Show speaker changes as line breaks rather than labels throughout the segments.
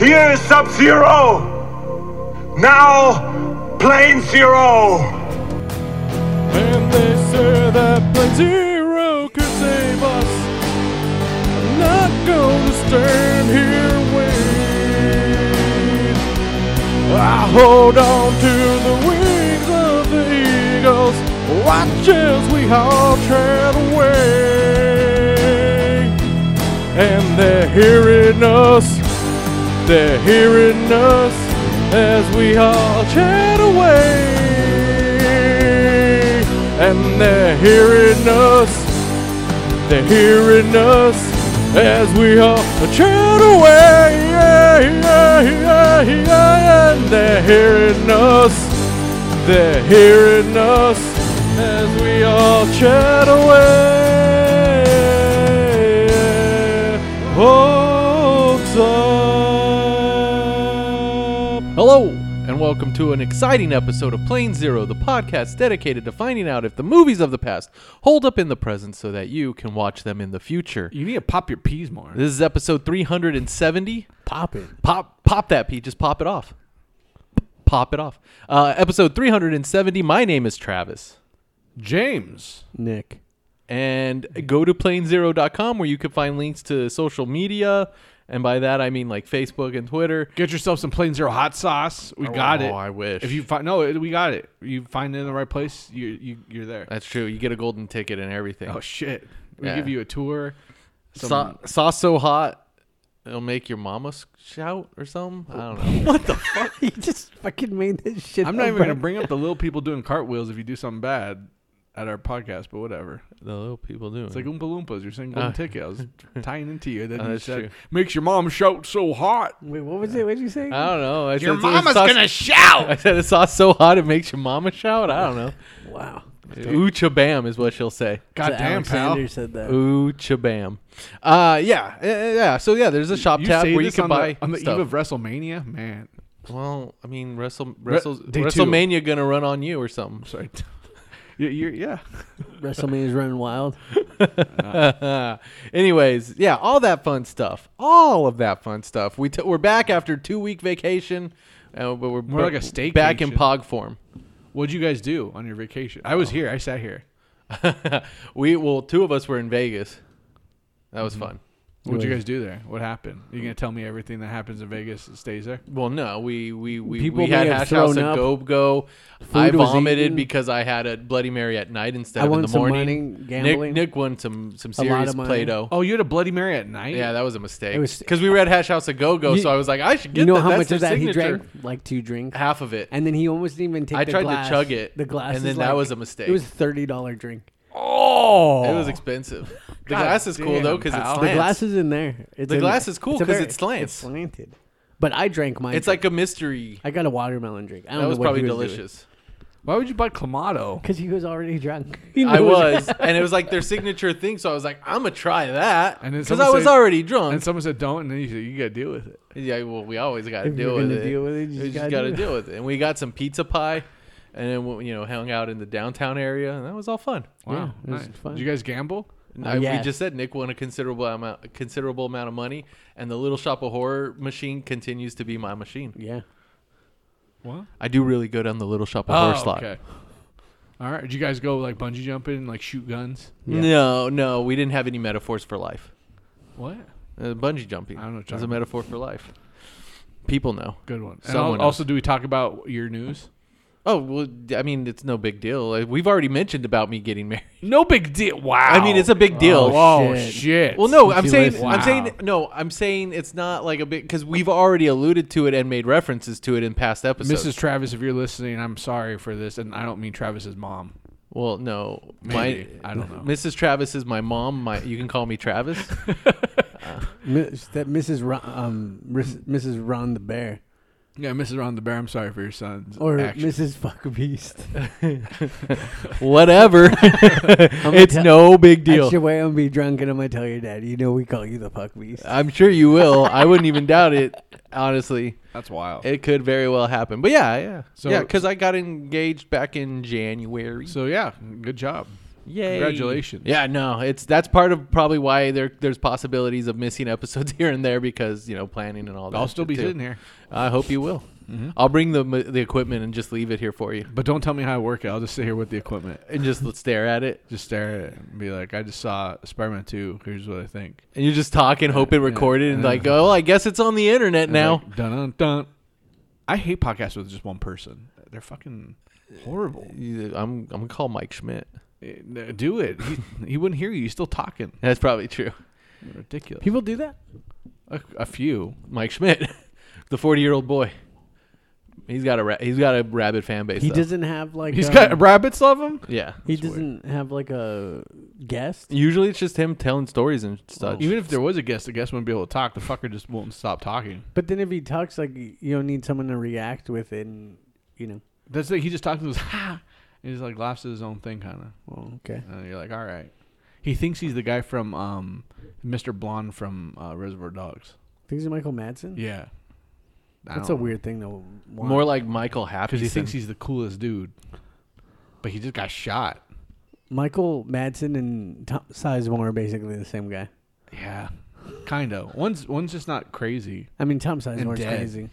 Years Sub Zero! Now, Plane Zero!
And they say that Plan Zero could save us. I'm not gonna stand here and wait. I hold on to the wings of the eagles. Watch as we all tread away. And they're hearing us. They're hearing us as we all chat away. And they're hearing us. They're hearing us as we all chat away. Yeah, yeah, yeah, yeah. And they're hearing us. They're hearing us as we all chat away. Hawks up. Hello, and welcome to an exciting episode of Plane Zero, the podcast dedicated to finding out if the movies of the past hold up in the present so that you can watch them in the future.
You need to pop your peas more.
This is episode 370.
Pop it.
Pop, pop that Pete. Just pop it off. Pop it off. Uh, episode 370. My name is Travis.
James.
Nick.
and go to planezero.com where you can find links to social media and by that i mean like facebook and twitter
Get yourself some plain zero hot sauce. We got
oh,
it.
I wish.
If you find no, it, we got it. You find it in the right place. You you you're there.
that's true you get a golden ticket and everything
Oh shit. We
Yeah.
give you a tour. Some,
Sa- sauce so hot it'll make your mama s- shout or something i don't know
you just fucking made this shit.
I'm not even gonna bring up the little people doing cartwheels if you do something bad at our podcast, but whatever.
the little people do
It's like Oompa Loompas. You're saying golden
Uh.
ticket. I was tying into you. Then
Oh,
you
that's
said
true.
makes your mom shout so hot.
Wait, what was it? What did you say?
i don't know I
Your
said- I said
mama's
sauce-
gonna
i
shout.
said it's sauce so hot it makes your mama shout i don't know
wow.
ooh chabam is what she'll say
God
So
damn, pal.
Alexander said that.
ooh chabam uh yeah eh, eh, yeah so yeah there's a shop
You
tab
say
where you
this
can
on
buy
the, on the
stuff.
eve of WrestleMania, man.
Well, I mean, Wrestle, Wrestle,
day two.
WrestleMania gonna run on you or something.
Sorry. you you're, yeah.
WrestleMania's running wild.
Anyways, yeah, all that fun stuff, all of that fun stuff. We t- we're back after two week vacation, uh, but we're
More like a
back in
staycation.
pog form.
What'd you guys do on your vacation? I was here. I sat here.
we well, two of us were in Vegas. That
Mm-hmm.
was fun.
What'd you
Really?
guys do there? What happened? You gonna tell me everything that happens in Vegas and stays there?
Well, no, we we we,
People
we had
may have
hash house
thrown
and
up.
go go. I
Food was
vomited
eaten.
because I had a Bloody Mary at night instead
I
of in
won
the
some
morning.
money gambling.
Nick Nick won some some
A lot
serious
of money.
play doh.
Oh, you had a Bloody Mary at night?
Yeah, that was a mistake.
It was-
Because we were at Hash House a Go Go,
You-
so I was like, I should get
you know
that.
how
That's
much
their
of that he
signature.
drank? Like two drinks.
Half of it.
And then he almost didn't even take.
I
the
tried to
glass.
chug it,
The glass,
and then
is
that
like-
was a mistake.
It was a thirty dollar drink.
Oh,
It was expensive. The
God
glass is cool
damn,
though because it's
pal.
slants.
The
The glass is in there. It's
The
in
glass
there.
is cool
It's a
'cause
very-
it slants.
It's slanted. But I drank mine.
It's like a mystery.
I got a watermelon drink. I don't
That
know
was
what
probably
he
delicious.
Why would you buy Clamato?
Because he was already drunk.
I was, and it was like their signature thing. So I was like, I'm gonna try that
And then
because
someone
I was
said-
already
And
drunk.
someone said don't, and then you said you gotta deal with it.
yeah, well, we always got to
If you're
deal with
gonna
it.
deal with it, you
We
just
just
gotta
got to
do it.
deal with it. And we got some pizza pie, and then we, you know hung out in the downtown area, and that was all fun.
Wow,
it was
nice.
fun.
Did you guys gamble?
I, We
yeah.
just said Nick won a considerable amount, a considerable amount of money, and the Little Shop of Horror machine continues to be my machine.
yeah.
What?
I do really good on the Little Shop of Horror slot.
Oh, okay. All right. Did you guys go like bungee jumping, like shoot guns?
Yeah.
No, no, we didn't have any metaphors for life.
What?
Uh, bungee jumping
I don't know what you're
is a
talking
metaphor for life. People know.
Good one. And
Someone
al- also, do we talk about your news?
Oh well, d- I mean it's no big deal. Like, We've already mentioned about me getting married.
No big deal. Wow.
I mean it's a big deal.
Oh, whoa,
shit.
shit.
Well, no, I'm
She
saying,
listened.
I'm saying,
Wow.
no, I'm saying it's not like a big because we've already alluded to it and made references to it in past episodes.
Mrs. Travis, if you're listening, I'm sorry for this, and I don't mean Travis's mom.
Well, no,
Maybe.
my
I don't know.
Mrs. Travis is my mom. My you can call me Travis.
Miss, that Mrs. Ron, um, Ris- Mrs. Ron the Bear
Yeah, Mrs. Ron the Bear, I'm sorry for your son's
or
action.
Mrs. Fuck Beast.
Whatever, it's
tell-
no big
That's
deal.
your way I'm gonna be drunk and I'm gonna tell your dad. You know we call you the Fuck Beast.
I'm sure you will. I wouldn't even doubt it. Honestly,
That's wild.
it could very well happen. But yeah, yeah, so,
So-
yeah, because I got engaged back in January.
so yeah, good job.
Yay!
Congratulations.
Yeah, no, it's that's part of probably why there there's possibilities of missing episodes here and there because you know planning and all that.
I'll still
shit,
be
too.
sitting here, Mm-hmm.
I hope you will. I'll bring the ma- the equipment and just leave it here for you,
but don't tell me how I work it. I'll just sit here with the equipment,
and just stare at it.
just stare at it, and be like, "I just saw Spider-Man Two. Here's what I think."
And you just talk and hope it recorded, and like, oh, I guess it's on the internet now.
dun dun dun. I hate podcasts with just one person. They're fucking horrible.
You- I'm I'm gonna call Mike Schmidt.
Eh, Do it. He, he wouldn't hear you. He's still talking.
That's probably true.
Ridiculous.
People do that.
A, a few.
Mike Schmidt, the 40 year old boy. He's got a ra- he's got a rabid fan base.
He
though.
doesn't have like
He's
um,
got rabbits love him.
Yeah.
He doesn't have like a guest.
Usually it's just him telling stories and such.
Even if there was a guest, the guest wouldn't be able to talk. The fucker just won't stop talking.
But then if he talks, like y- you don't need someone to react with it. And, you know.
That's the thing. He just talks and goes, ha! And he's like, laughs at his own thing, kind of.
Well, okay.
And you're like, all right. He thinks he's the guy from um, Mr. Blonde from uh, Reservoir Dogs.
Things Michael Madsen.
Yeah. I
That's a
don't know.
weird thing to want.
more like Michael Happy.
Because he thinks he's the coolest dude. But he just got shot.
Michael Madsen and Tom Sizemore are basically the same guy.
Yeah. Kind of. One's one's just not crazy.
I mean, Tom Sizemore's
dead.
crazy.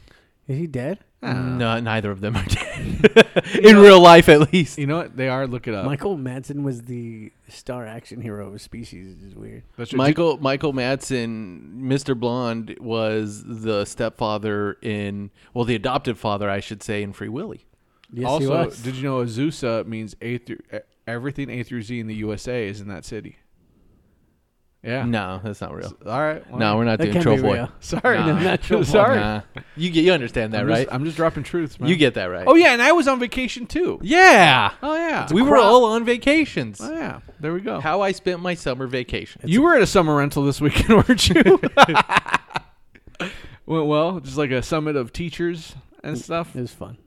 Is he dead?
no, neither of them are dead. In real life, at least.
You know what? They are. Look it up.
Michael Madsen was the star action hero of Species. Is weird.
That's-
Michael Michael Madsen, Mr. Blonde, was the stepfather in well, the adopted father, I should say, in Free Willy.
Yes, he
also,
was.
did you know Azusa means A through e- everything A through Z in the USA is in that city? Yeah.
No, that's not real.
All right. well,
No, we're not
that
doing
can't
Troll
be
Boy.
real.
Sorry.
Nah.
Not Troll Boy.
Sorry.
Nah. You get you understand that,
I'm
right?
Just, I'm just dropping truths, man.
you get that right.
Oh yeah, and I was on vacation too.
yeah.
Oh yeah.
we were all on vacations.
Oh yeah. There we go.
How I spent my summer vacation.
you were at a summer rental this weekend, weren't you? Went well, just like a summit of teachers and stuff.
It was fun.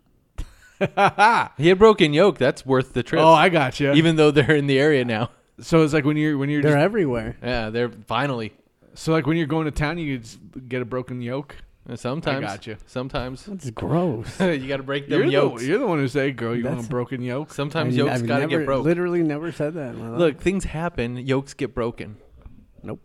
He had broken yoke. That's worth the trip.
Oh, I got you. Even
even though they're in the area now.
so, it's like when you're when you're
They're
just,
everywhere.
Yeah, they're finally.
so like when you're going to town, you just get a broken yoke.
Sometimes.
gotcha.
Sometimes.
That's gross.
you got to break them
You're
yokes.
the, you're the one who say, "Girl, you want
That's-
a broken yoke."
Sometimes
I-
yokes
I've
got to
never-
get broke.
Literally, never said that. in my life.
Look, things happen. Yokes get broken.
Nope.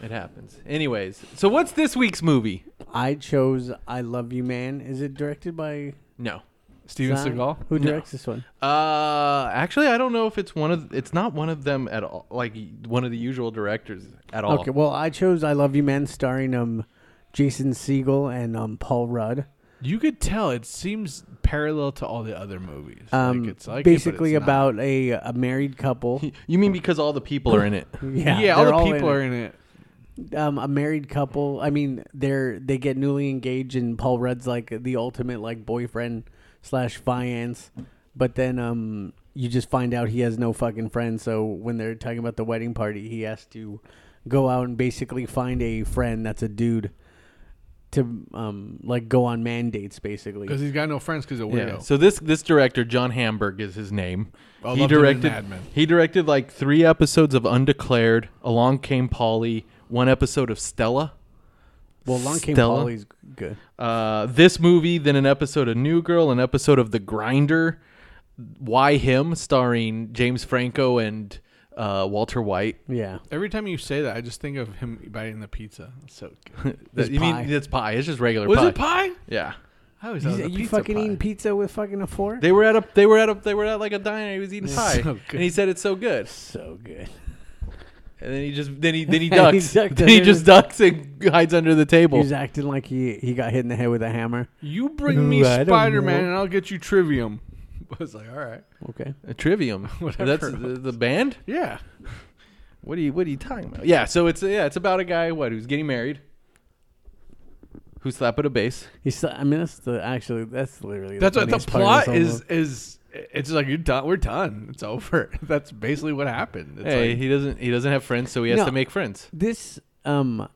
It happens. Anyways, so what's this week's movie?
I chose "I Love You, Man." Is it directed by
No.
Steven
Zahn?
Seagal.
Who
No.
directs this one?
Uh, actually, I don't know if it's one of. It's not one of them at all. Like one of the usual directors at all.
Okay, well, I chose "I Love You, Man," starring um, Jason Segel and um, Paul Rudd.
You could tell it seems parallel to all the other movies.
Um,
like it's like it, but
basically
it's not.
about a, a married couple.
You mean because all the people are in it?
Yeah,
yeah, all
they're
the people
in
are
it.
in it.
um, a married couple. I mean, they're they get newly engaged, and Paul Rudd's like the ultimate like boyfriend slash fiance. But then um, you just find out he has no fucking friends. So when they're talking about the wedding party, he has to go out and basically find a friend that's a dude to um like go on man dates basically.
Because he's got no friends because of weirdo.
Yeah. So this this director John Hamburg is his name.
I loved him in Mad Men.
he directed like three episodes of Undeclared. Along Came Polly. One episode of Stella.
Well, Long Came
Stella?
Polly's good.
Uh, this movie, then an episode of New Girl, an episode of The Grinder. Why him? Starring James Franco and uh, Walter White.
Yeah,
Every time you say that, I just think of him biting the pizza. It's so good.
That- you
pie.
mean it's pie? It's just regular
was
pie.
it pie?
Yeah.
I always
He's-
thought it was a
you
pizza
fucking
pie.
eating pizza with fucking a fork.
They were at a they were at a they were at like a diner. He was eating pie,
so good.
and he said it's so good.
so good.
And then he just then he then he
He
ducks.
ducked
then he
under
just
the-
ducks and hides under the
He
table.
was acting like he he got hit in the head with a hammer.
You bring me
Ooh, I don't
Spider Man
know.
and I'll get you Trivium. I was like, all right.
Okay.
Uh, Trivium.
Whatever
That's
it
the, the band.
Yeah.
What are you What are you talking about? Yeah. So it's yeah it's about a guy what who's getting married, who's slapping a bass.
He's. so- I mean, that's the actually. That's literally.
That's what the
funniest part
plot
of this
is. Is it's like you're done. We're done. It's over. That's basically what happened. It's
hey,
like,
he doesn't he doesn't have friends, so he has
No.
to make friends.
whole- This. Um.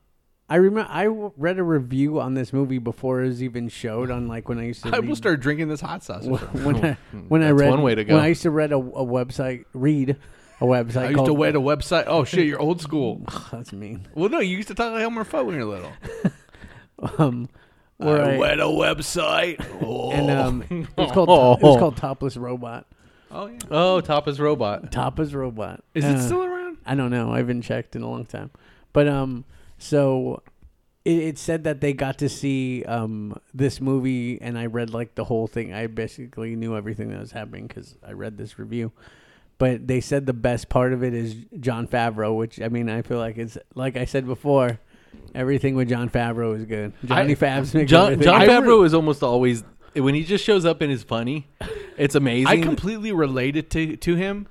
I remember I w- read a review on this movie before it was even showed on like when I used to.
I
read,
will start drinking this hot sauce.
w- When I when I
That's
read
one way to go.
when I used to read a, a website read a website
I used
called
to wait a website. Oh shit, you're old school.
that's mean
Well, no, you used to talk like Elmer Fudd when you were little.
um where I,
a website.
Oh.
Oh.
and um it was called to- it was called topless robot
Oh yeah.
Oh, Tapa's robot.
Tapa's robot.
Is
Uh,
it still around?
I don't know. I haven't checked in a long time. But um, so it, it said that they got to see um this movie, and I read like the whole thing. I basically knew everything that was happening because I read this review. But they said the best part of it is John Favreau, which I mean, I feel like it's like I said before, everything with John Favreau is good. Johnny Favs makes
John,
everything-
John
I-
Favreau is almost always when he just shows up and is funny. It's amazing.
I completely related to to him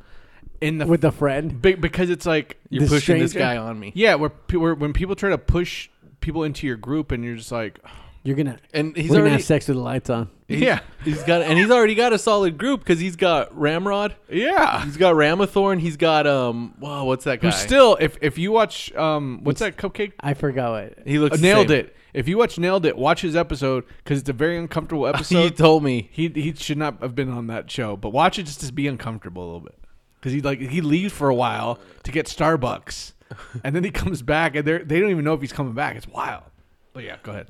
in the
with a friend.
be- because it's like
You're
this
pushing this guy
stranger-
on me.
yeah, where, pe- where when people try to push people into your group and you're just like "Oh,
You're gonna
And he's
we're gonna
already
have sex with the lights on.
yeah,
he's got and he's already got a solid group because he's got Ramrod,
yeah.
he's got Ramathorn, he's got um. Whoa, what's that guy?
Who still if if you watch um what's that cupcake
I forgot what
he looks
Uh,
the
nailed
same.
it. If you watch Nailed It, watch his episode because it's a very uncomfortable
He
episode.
told me
he he should not have been on that show, but watch it just to be uncomfortable a little bit because he like he leaves for a while to get Starbucks, and then he comes back and they they don't even know if he's coming back. It's wild. But yeah, go ahead.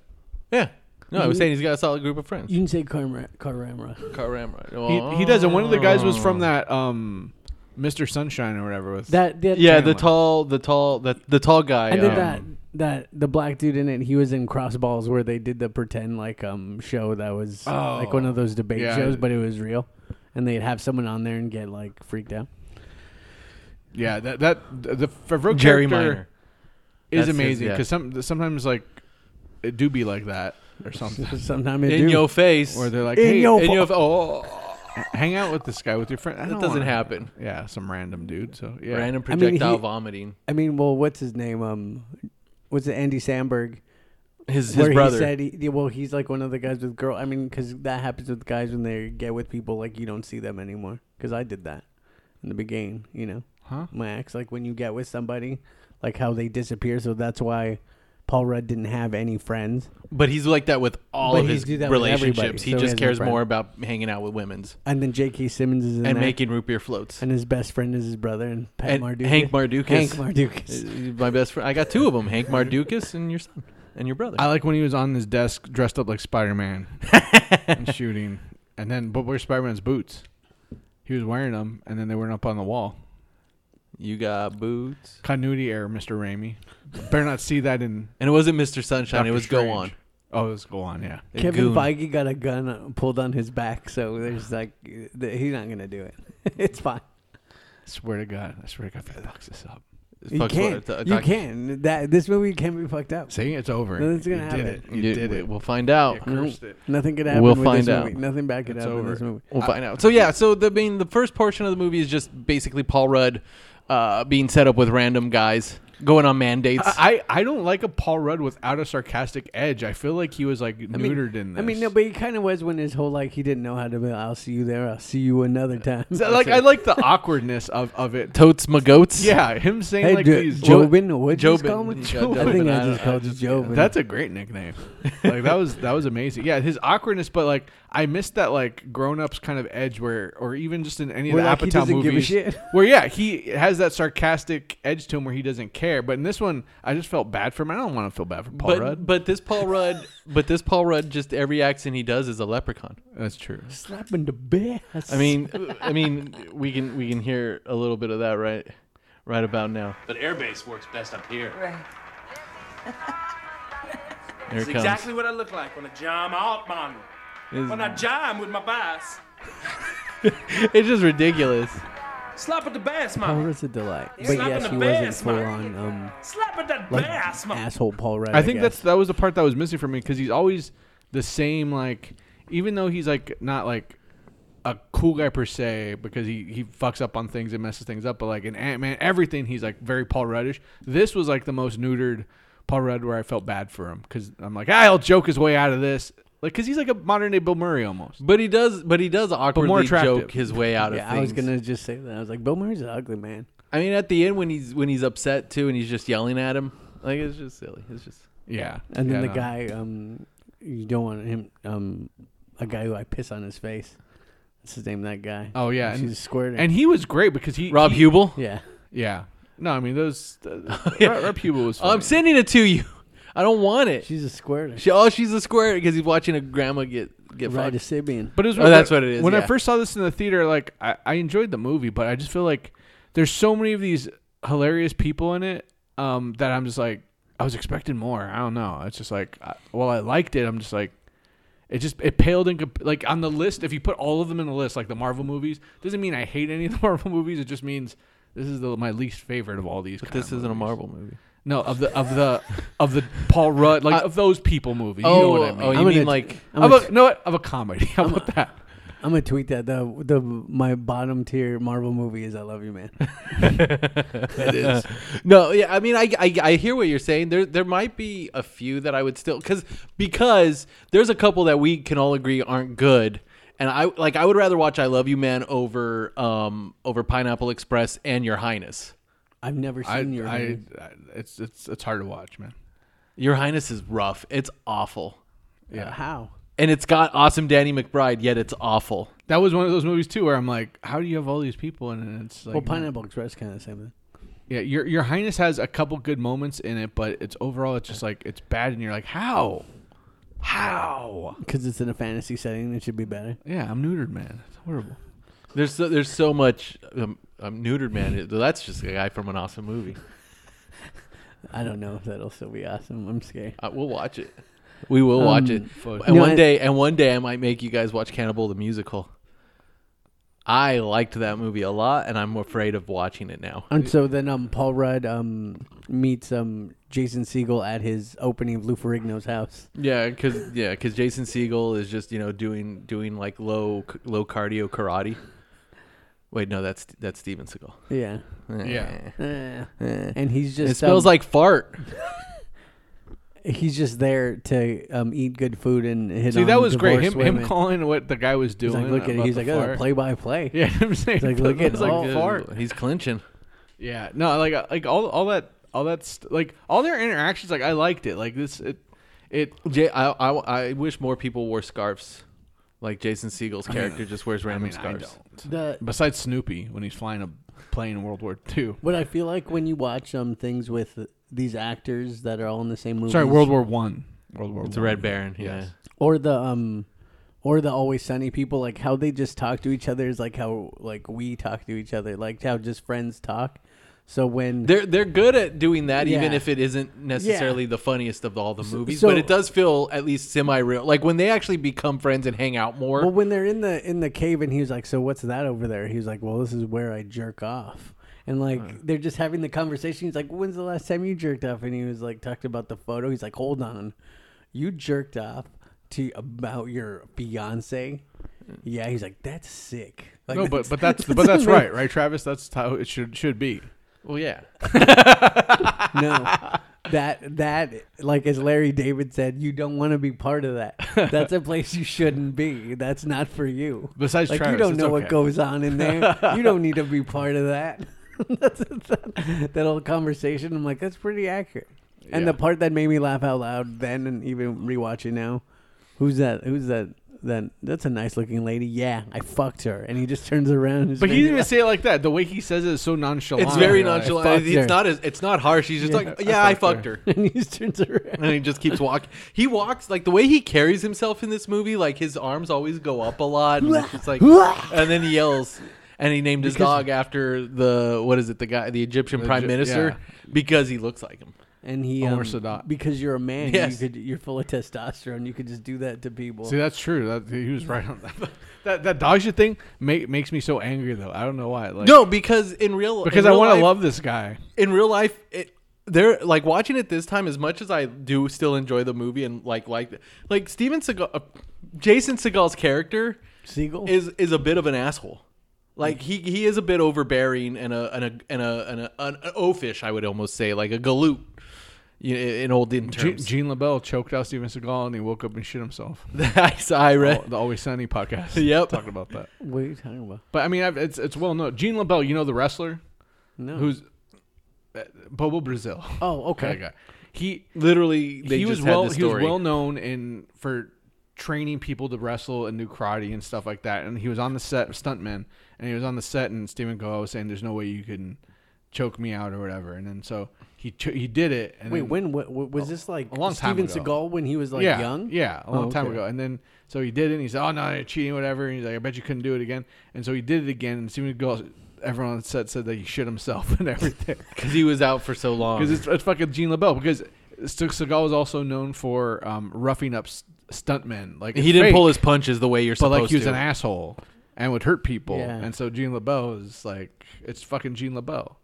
Yeah. No, I was saying he's got a solid group of friends.
you can say. Carmra, Carmra.
Car Ramrod.
He, he does, and one of the guys was from that um, Mr. Sunshine or whatever. With
That, that
Yeah,
Chandler.
the tall, the tall, the the tall guy.
I
um,
did that that the black dude in it. He was in Crossballs where they did the pretend like um show that was like one of
Oh,
those debate
yeah.
shows, but it was real, and they'd have someone on there and get like freaked out.
yeah, that that the Favreau
Jerry
character
Minor.
is
That's his-
amazing
yeah.
because some sometimes like it do be like that or something.
Sometimes it
In
do.
your face.
Or they're like,
In
hey,
your
and
fa-
you have, oh, hang out with this guy with your friend. I
that
don't
doesn't
wanna-
happen.
Yeah, some random dude. So yeah,
Random
I mean,
projectile
he-
vomiting.
I mean, well, what's his name? Um, was it Andy Sandberg?
His his
where
brother.
he said, he, yeah, well, he's like one of the guys with girl. I mean, because that happens with guys when they get with people like you don't see them anymore. Because I did that in the beginning, you know.
Huh?
My ex, like when you get with somebody, like how they disappear. So that's why Paul Rudd didn't have any friends.
but he's like that with all
But
of
he
his
do that with everybody,
relationships. He
so he
just
has no
cares
friend.
more about hanging out with women's
And then J.K. Simmons is in
and
there,
making root beer floats.
and his best friend is his brother and Pat
And
Mardukas.
Hank Mardukas.
Hank Mardukas.
Uh, My best friend. I got two of them: Hank Mardukas and your son and your brother.
I like when he was on his desk dressed up like Spider Man and shooting, and then but where's Spider Man's boots? He was wearing them, and then they weren't up on the wall.
you got boots.
Continuity error, Mr. Raimi. Better not see that in.
And it wasn't Mr. Sunshine.
Doctor
it was
Strange.
Go On.
Oh, let's go on. Yeah,
A
Kevin
goon.
Feige got a gun uh, pulled on his back, so there's like uh, th- he's not gonna do it. it's fine.
swear to God, I swear to God, if I fucks this up,
You
Fucks
can.
what- uh,
You
doc-
can. That this movie can be fucked up.
see, it's over.
No, it's
you
gonna
did
happen.
it. You
Yeah,
did
we-
it.
We'll find out.
Yeah, cursed
Nope.
it.
Nothing could happen.
We'll
with
find
this
out.
Movie. Nothing bad could
It's
happen in
over.
this movie.
We'll find out. So yeah, so the I mean the first portion of the movie is just basically Paul Rudd uh, being set up with random guys going on mandates.
I, I I don't like a Paul Rudd without a sarcastic edge. I feel like he was like neutered in this.
I mean, no, but he kind of was when his whole like he didn't know how to. Be, I'll see you there. I'll see you another time.
So, like I like the awkwardness of of it.
Totes my goats.
Yeah, him saying
hey,
like
Jo-
these.
Jobin, or what you
Jobin.
call him?
You got
I think
Jobin.
I
I
just
don't- I
called you
just-
Jobin.
That's a great nickname. Like that was that was amazing. Yeah, his awkwardness, but like I missed that like grown ups kind of edge where, or even just in any
Where,
of
like,
the
he
Apatow
doesn't give a
movies,
shit.
where yeah, he has that sarcastic edge to him where he doesn't care. But in this one, I just felt bad for him. I don't want to feel bad for Paul
but
Rudd.
but this Paul Rudd, but this Paul Rudd, just every accent he does is a leprechaun.
That's true.
slapping the bear.
I mean, I mean, we can we can hear a little bit of that right right about now.
But airbase works best up here.
Here it
It's
comes.
exactly what I look like when I jam out, man.
It's,
When I jam with my bass.
it's just ridiculous.
Slap at the bass,
Paul
man.
Rudd's a delight. But
Slapping
yes,
the
he wasn't
bass,
full
man.
on um,
Slap at that
like
bass, man.
asshole Paul Rudd.
I think
guess.
that's that was the part that was missing for me because he's always the same. Like even though he's like not like a cool guy per se because he he fucks up on things and messes things up, but like in Ant Man, everything he's like very Paul Ruddish. This was like the most neutered Paul Rudd where I felt bad for him because I'm like ah, he'll joke his way out of this. Like, cause he's like a modern day Bill Murray almost.
But he does, but he does awkwardly
attractive.
joke his way out of
Yeah,
things.
I was gonna just say that. I was like, Bill Murray's an ugly man.
I mean, at the end when he's when he's upset too, and he's just yelling at him, like it's just silly. It's just
Yeah,
And
Yeah,
then the
no.
guy, um, you don't want him, um, a guy who I piss on his face. That's his name. That guy.
Oh yeah,
she's
and,
squirting.
and he was great because he
Rob
he-
Hubel.
yeah,
Yeah, no, I mean those. Uh,
Yeah.
Rob Hubel was.
I'm
Um,
funny.
sending it to you. I don't want it.
She's a square.
She, oh, she's a square because he's watching a grandma get get
Right, a
fucked.
Sibian.
But it was
Oh, that's what it is,
When I
yeah.
first saw this in the theater, like I, I enjoyed the movie, but I just feel like there's so many of these hilarious people in it um, that I'm just like I was expecting more. I don't know. It's just like I, while I liked it, I'm just like it just it paled in comp- like on the list. If you put all of them in the list, like the Marvel movies, doesn't mean I hate any of the Marvel movies. It just means this is the, my least favorite of all these.
But
kind
this
of
isn't a
movies.
Marvel movie.
No, of the of the of the Paul Rudd like
I-
of those people movies. You know
oh,
what I mean?
oh, you
I'm
mean
gonna-
like
I'm
of
gonna,
a, no, what? of a comedy. How about that?
I'm gonna tweet that the the my bottom tier Marvel movie is I Love You Man.
no, yeah. I mean, I, I I hear what you're saying. There there might be a few that I would still because because there's a couple that we can all agree aren't good. And I like I would rather watch I Love You Man over um over Pineapple Express and Your Highness.
I've never seen
I,
your.
I,
movie. Uh,
I- it's it's it's hard to watch, man.
Your Highness is rough. It's awful.
How?
And it's got awesome Danny McBride, yet it's awful.
That was one of those movies too, where I'm like, how do you have all these people in it? And it's like,
Well, Pineapple Express kind of the same thing.
yeah, your your highness has a couple good moments in it, but it's overall it's just like it's bad, and you're like, how, how?
Because it's in a fantasy setting, it should be better.
Yeah, I'm neutered, man. It's horrible.
There's so, there's so much. Um, I'm neutered, man. It- That's just a guy from an awesome movie.
I don't know if that'll still be awesome. I'm scared.
Uh, we'll watch it. We will watch it. And
No,
one
I-
day, and one day, I might make you guys watch Cannibal the Musical. I liked that movie a lot, and I'm afraid of watching it now.
And so then um, Paul Rudd um, meets um, Jason Siegel at his opening of Lou Ferrigno's house.
Yeah, because yeah, because Jason Siegel is just you know doing doing like low low cardio karate. Wait, no, that's that's Steven Seagal.
Yeah.
Yeah.
Eh. and he's just
It smells
um,
like fart.
he's just there to um, eat good food and hit
See,
on
that was great.
divorced
Him him
women.
calling what the guy was
He's
doing.
like, look at it.
about
He's
the
like, oh,
fart.
play by play.
Yeah, I'm saying.
like, look at
it's like
all-
fart.
He's clinching.
Yeah, no, like uh, like all all that all that st- like all their interactions. Like I liked it. Like this, it it
Jay, I, I, I wish more people wore scarves. Like Jason Siegel's character just wears
I
random
mean, I
scarves.
don't.
The,
Besides Snoopy when he's flying a plane in World War II.
what I feel like when you watch um, things with these actors that are all in the same movie.
Sorry, World War One. World War.
It's a Red Baron. Yeah.
or the um or the always sunny people like how they just talk to each other is like how like we talk to each other like how just friends talk so when
They're they're good at doing that, even
Yeah.
if it isn't necessarily the funniest of all the movies.
so-
but it does feel at least semi real. Like when they actually become friends and hang out more.
well when they're in the in the cave and he was like so what's that over there he was like well this is where i jerk off and like they're just having the conversation he's like when's the last time you jerked off and he was like talked about the photo he's like hold on you jerked off to about your fiance yeah he's like that's sick like,
No, but but that's but that's right, right, Travis. That's how it should should be.
well, yeah.
no that that like as larry david said you don't want to be part of that that's a place you shouldn't be that's not for you
Besides
like you
Travis,
don't
it's
know what
okay.
goes on in there you don't need to be part of that that's that, that old conversation i'm like that's pretty accurate and
Yeah.
the part that made me laugh out loud then and even rewatching now who's that who's that that that's a nice looking lady yeah i fucked her and he just turns around and just
But he
makes
didn't
me
even
laugh.
say it like that. The way he says it is so nonchalant.
It's very
You're like,
nonchalant.
fucked
It's
her.
not as it's not harsh. He's just
Yeah,
like, yeah, I fucked her.
and he just turns around
and he just keeps walking. He walks like the way he carries himself in this movie. Like his arms always go up a lot, and it's just like, and then he yells. And he named his dog after the what is it? The guy, the Egyptian prime
Egy-
minister, because he looks like him.
and he
Homer
um,
Sadat.
because you're a man
Yes.
you could you're full of testosterone you could just do that to people
See, that's true. That he was right on that. that that Dodger thing make, makes me so angry though. I don't know why. Like,
No, because in real
because
in
I
real
want to
life-
love this guy.
in real life. It, they're like watching it this time as much as I do still enjoy the movie and like like like Steven Seagal, uh, Jason Seagal's character
Siegel
is is a bit of an asshole. Like he he is a bit overbearing and a and a and a and a, an, an oafish, I would almost say, like a galoot. You know, in old in
Gene,
terms.
Gene LaBelle choked out Steven Seagal and he woke up and shit himself.
That's I read.
The Always Sunny podcast.
Yep.
talking oh, about that.
what are you talking about
But I mean, I've, it's it's well known. Gene LaBelle, you know the wrestler
no
who's uh, Bobo Brazil.
oh okay
That guy. He
Literally, they
he
just
was
had
well
this
he was
story.
well known in for training people to wrestle and do karate and stuff like that. And he was on the set of stuntman, and he was on the set, and Stephen Go was saying, "There's no way you can choke me out or whatever." And then so he he ch- he did it. And
Wait,
then-
when what, was this like
a long time
Steven
ago.
Seagal when he was like
yeah,
young?
Yeah, a
Oh,
long time
okay.
ago. And then so he did it. and He said, "Oh no, you're cheating, whatever." And he's like, "I bet you couldn't do it again." And so he did it again. And Steven Seagal, everyone on set said that he shit himself and everything
because he was out for so long.
because it's, it's fucking Gene LaBelle. Because Se- Seagal was also known for um, roughing up s- stuntmen. Like
he didn't
fake,
pull his punches the way you're
but
supposed
like he was
to.
an asshole and would hurt people.
Yeah.
And so Gene LaBelle is like, it's fucking Gene LaBelle.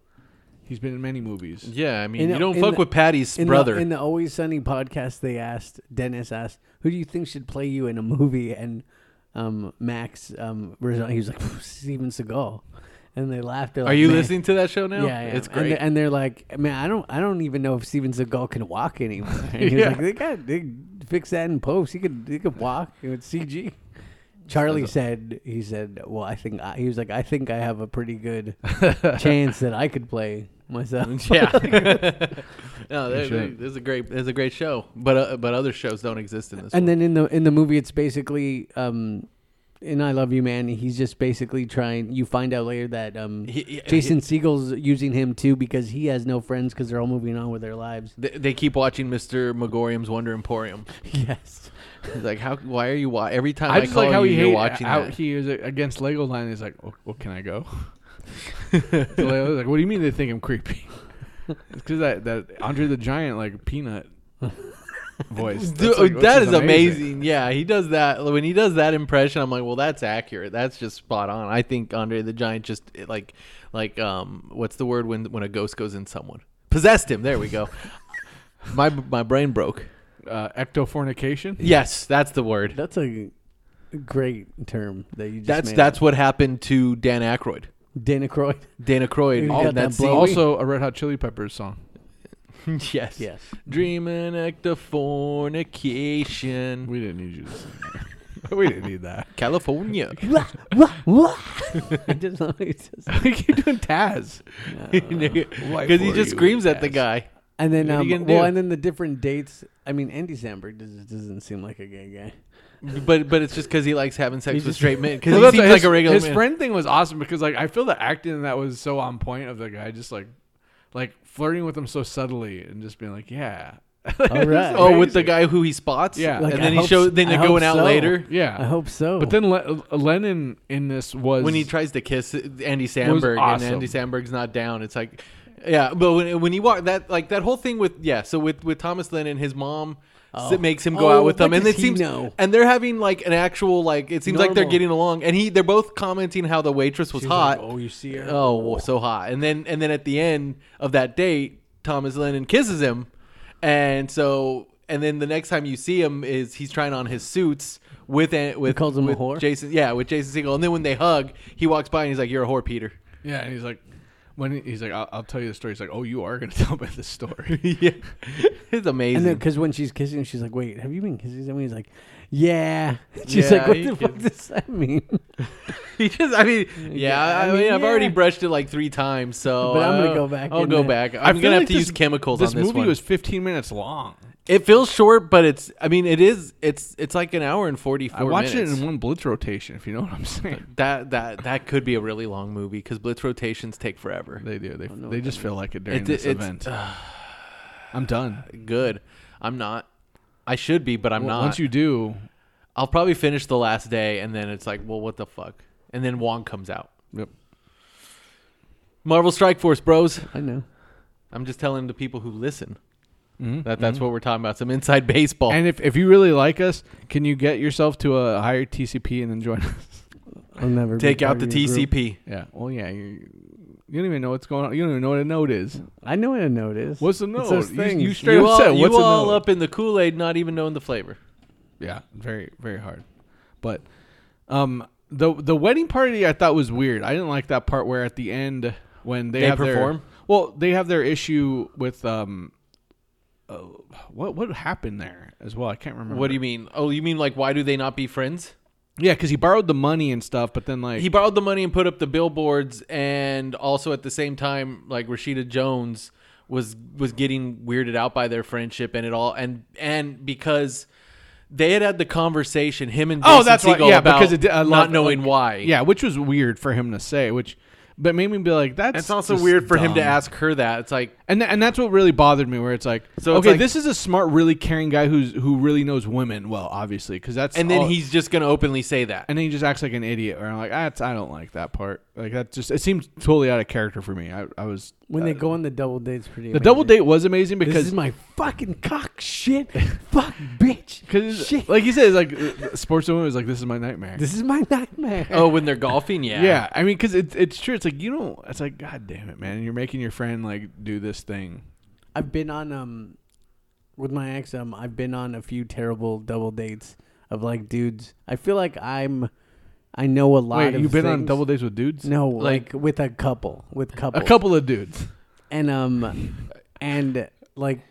He's been in many movies.
yeah, I mean,
In
you
the-
don't
in
fuck
the-
with Patty's
In
brother.
the, in the Always Sunny podcast, they asked Dennis asked, "Who do you think should play you in a movie?" And um, Max um, resigned. he was like Steven Seagal, and they laughed. They're
Are
like,
you
"Man."
listening to that show now?
Yeah, yeah.
it's
And they-
great.
And, they're like, "Man, I don't, I don't even know if Steven Seagal can walk anymore." And he was
Yeah.
like, "They got they fix that in post. He could, he could walk with CG." Charlie said, "He said, well, I think I, he was like, I think I have a pretty good chance that I could play myself."
yeah, no, there- there-
shouldn't.
there's a great, there's a great show, but uh, but other shows don't exist in this.
and
world.
then in the in the movie it's basically um in I Love You Man, he's just basically trying. You find out later that um,
He- he-
Jason Siegel's using him too because he has no friends because they're all moving on with their lives.
they, they keep watching Mr. Megorium's Wonder Emporium.
Yes,
He's like, how? Why are you? Wa- every time I,
I just
call
like how
you,
he
you're
hate,
watching
how
that.
he is against Legoland. He's like, "Oh, well, can I go?" So Lego's like, "What do you mean they think I'm creepy?" It's because that that Andre the Giant like peanut voice.
Dude,
That's, like, which
that is amazing. Yeah, he does that. When he does that impression, I'm like, well, that's accurate. That's just spot on. I think Andre the Giant just it, like, like, um, what's the word when when a ghost goes in someone? Possessed him. There we go. my my brain broke.
Uh, ectofornication.
Yes, that's the word.
that's a great term that you just.
That's
made
that's what happened to Dan Aykroyd.
Dan Aykroyd.
Dan Aykroyd.
He
in
got
that
that blowy.
Also, a Red Hot Chili Peppers song.
scene. yes.
Yes,
Dreaming ectofornication.
We didn't need you to sing. that. we didn't need that.
California.
Wah, wah, wah. I just love it.
we keep doing Taz. Why
Because he
were
just
you
screams at the
asked?
guy.
And then,
What are
um,
you
well,
gonna do?
and then the different dates. I mean, Andy Samberg does, doesn't seem like a gay guy.
But but it's just because he likes having sex with
just-
straight men. Because
Well,
he
that's
seems like
what his-
a regular
His
man.
friend thing was awesome because like I feel the acting in that was so on point of the guy just like like flirting with him so subtly and just being like, yeah.
All right.
oh, with the guy who he spots.
Yeah.
Like,
and
I
then he
hope
shows.
s-
Then
I
they're
hope
going out
so.
later.
Yeah.
I hope so.
But then Le- Lennon in this was
When he tries to kiss Andy Samberg,
awesome.
and Andy Samberg's not down. It's like, yeah. But when when he walked that like that whole thing with yeah. So with with Thomas Lennon, his mom. s- makes him go
Oh,
out with
what
them, and
does
it
he
seems,
know?
and they're having like an actual like. It seems like they're
Normal.
getting along, and he, they're both commenting how the waitress was
She's like,
hot.
oh, you see her.
Oh, well, so hot. And then and then at the end of that date, Thomas Lennon kisses him. And so and then the next time you see him is he's trying on his suits with An- with
calls him a
with
whore?
Jason yeah, with Jason Segel. And then when they hug, he walks by and he's like you're a whore, Peter.
yeah, and he's like when he- he's like, I'll, I'll tell you the story. He's like, oh, you are gonna tell me the story.
yeah. It's amazing.
And then, because when she's kissing, him, she's like, "Wait, have you been kissing someone?" He's like, "Yeah." She's
Yeah,
like, "What
you
the fuck
can-
does that mean?"
he just I mean, yeah, I, mean, I've
yeah.
already brushed it like 3 times, so
But I'm gonna
I'll-
go back
I'll
in
go
there.
back.
I
I'm going
feel
to have
like
to
this-
use chemicals
this
on this
movie
one.
was 15 minutes long.
it feels short, but it's I mean, it is it's it's like an hour and 44
I watched
minutes.
it in one blitz rotation, if you know what I'm saying.
That that that could be a really long movie because blitz rotations take forever.
They do. They, they just feel like it during
It's-
this
it's- uh,
event. I'm done.
Good. I'm not. I should be, but I'm not.
Mm-hmm. Once you do,
I'll probably finish the last day, and then it's like, well, what the fuck? And then Wong comes out.
yep.
Marvel Strike Force, bros.
I know.
I'm just telling the people who listen that that's what we're talking about. Some inside baseball.
Mm-hmm. And if, if you really like us, can you get yourself to a higher TCP and then join us?
I'll never be
Take
part
out the
of your group.
TCP.
Yeah. Well, yeah. You, you don't even know what's going on. You don't even know what a node is.
I know what a note is.
What's a
It's
node?
those
You-
things.
you straight-
You
What's
all,
that?
you
What's a
all
note?
up in the Kool Aid, not even knowing the flavor.
Yeah. Very very hard. But um the the wedding party I thought was weird. I didn't like that part where at the end when they,
They
have their-
perform?
well, they have their issue with um. oh, what what happened there as well? I can't remember.
What do you mean? Oh, you mean like why do they not be friends?
Yeah, because he borrowed the money and stuff, but then like
he borrowed the money and put up the billboards and also at the same time like Rashida Jones was was getting weirded out by their friendship and it all and and because they had had the conversation him and Jason
oh, that's
Segel
why. Yeah,
about
because it, did- I
not
love-
knowing
like,
why
Yeah, which was weird for him to say. Which but made me be like, that's
It's also
just
weird for him to
dumb.
ask her that. It's like
And th- and that's what really bothered me, where it's like,
So it's
okay,
like-
this is a smart, really caring guy who's who really knows women well, obviously, because that's
and then
all-
he's just going to openly say that.
and then he just acts like an idiot. Where I'm like, ah, it's- I don't like that part. Like that just it seemed totally out of character for me. I, I was
When
uh,
they go on the double dates, pretty.
the double date was amazing
This
because
is my fucking cock shit, fuck bitch.
because
shit.
like he says like uh, sportswoman was like this is my nightmare.
this is my nightmare.
oh, when they're golfing, yeah.
yeah, I mean, because it's it's true. It's like you don't. It's like God damn it, man! You're making your friend like do this thing.
I've been on um with my ex um I've been on a few terrible double dates of like dudes. I feel like I'm I know a lot
Wait,
of
you've been on
things.
double dates with dudes?
No,
Like-
like, with a couple, with
a
couple.
couple of dudes.
and um and like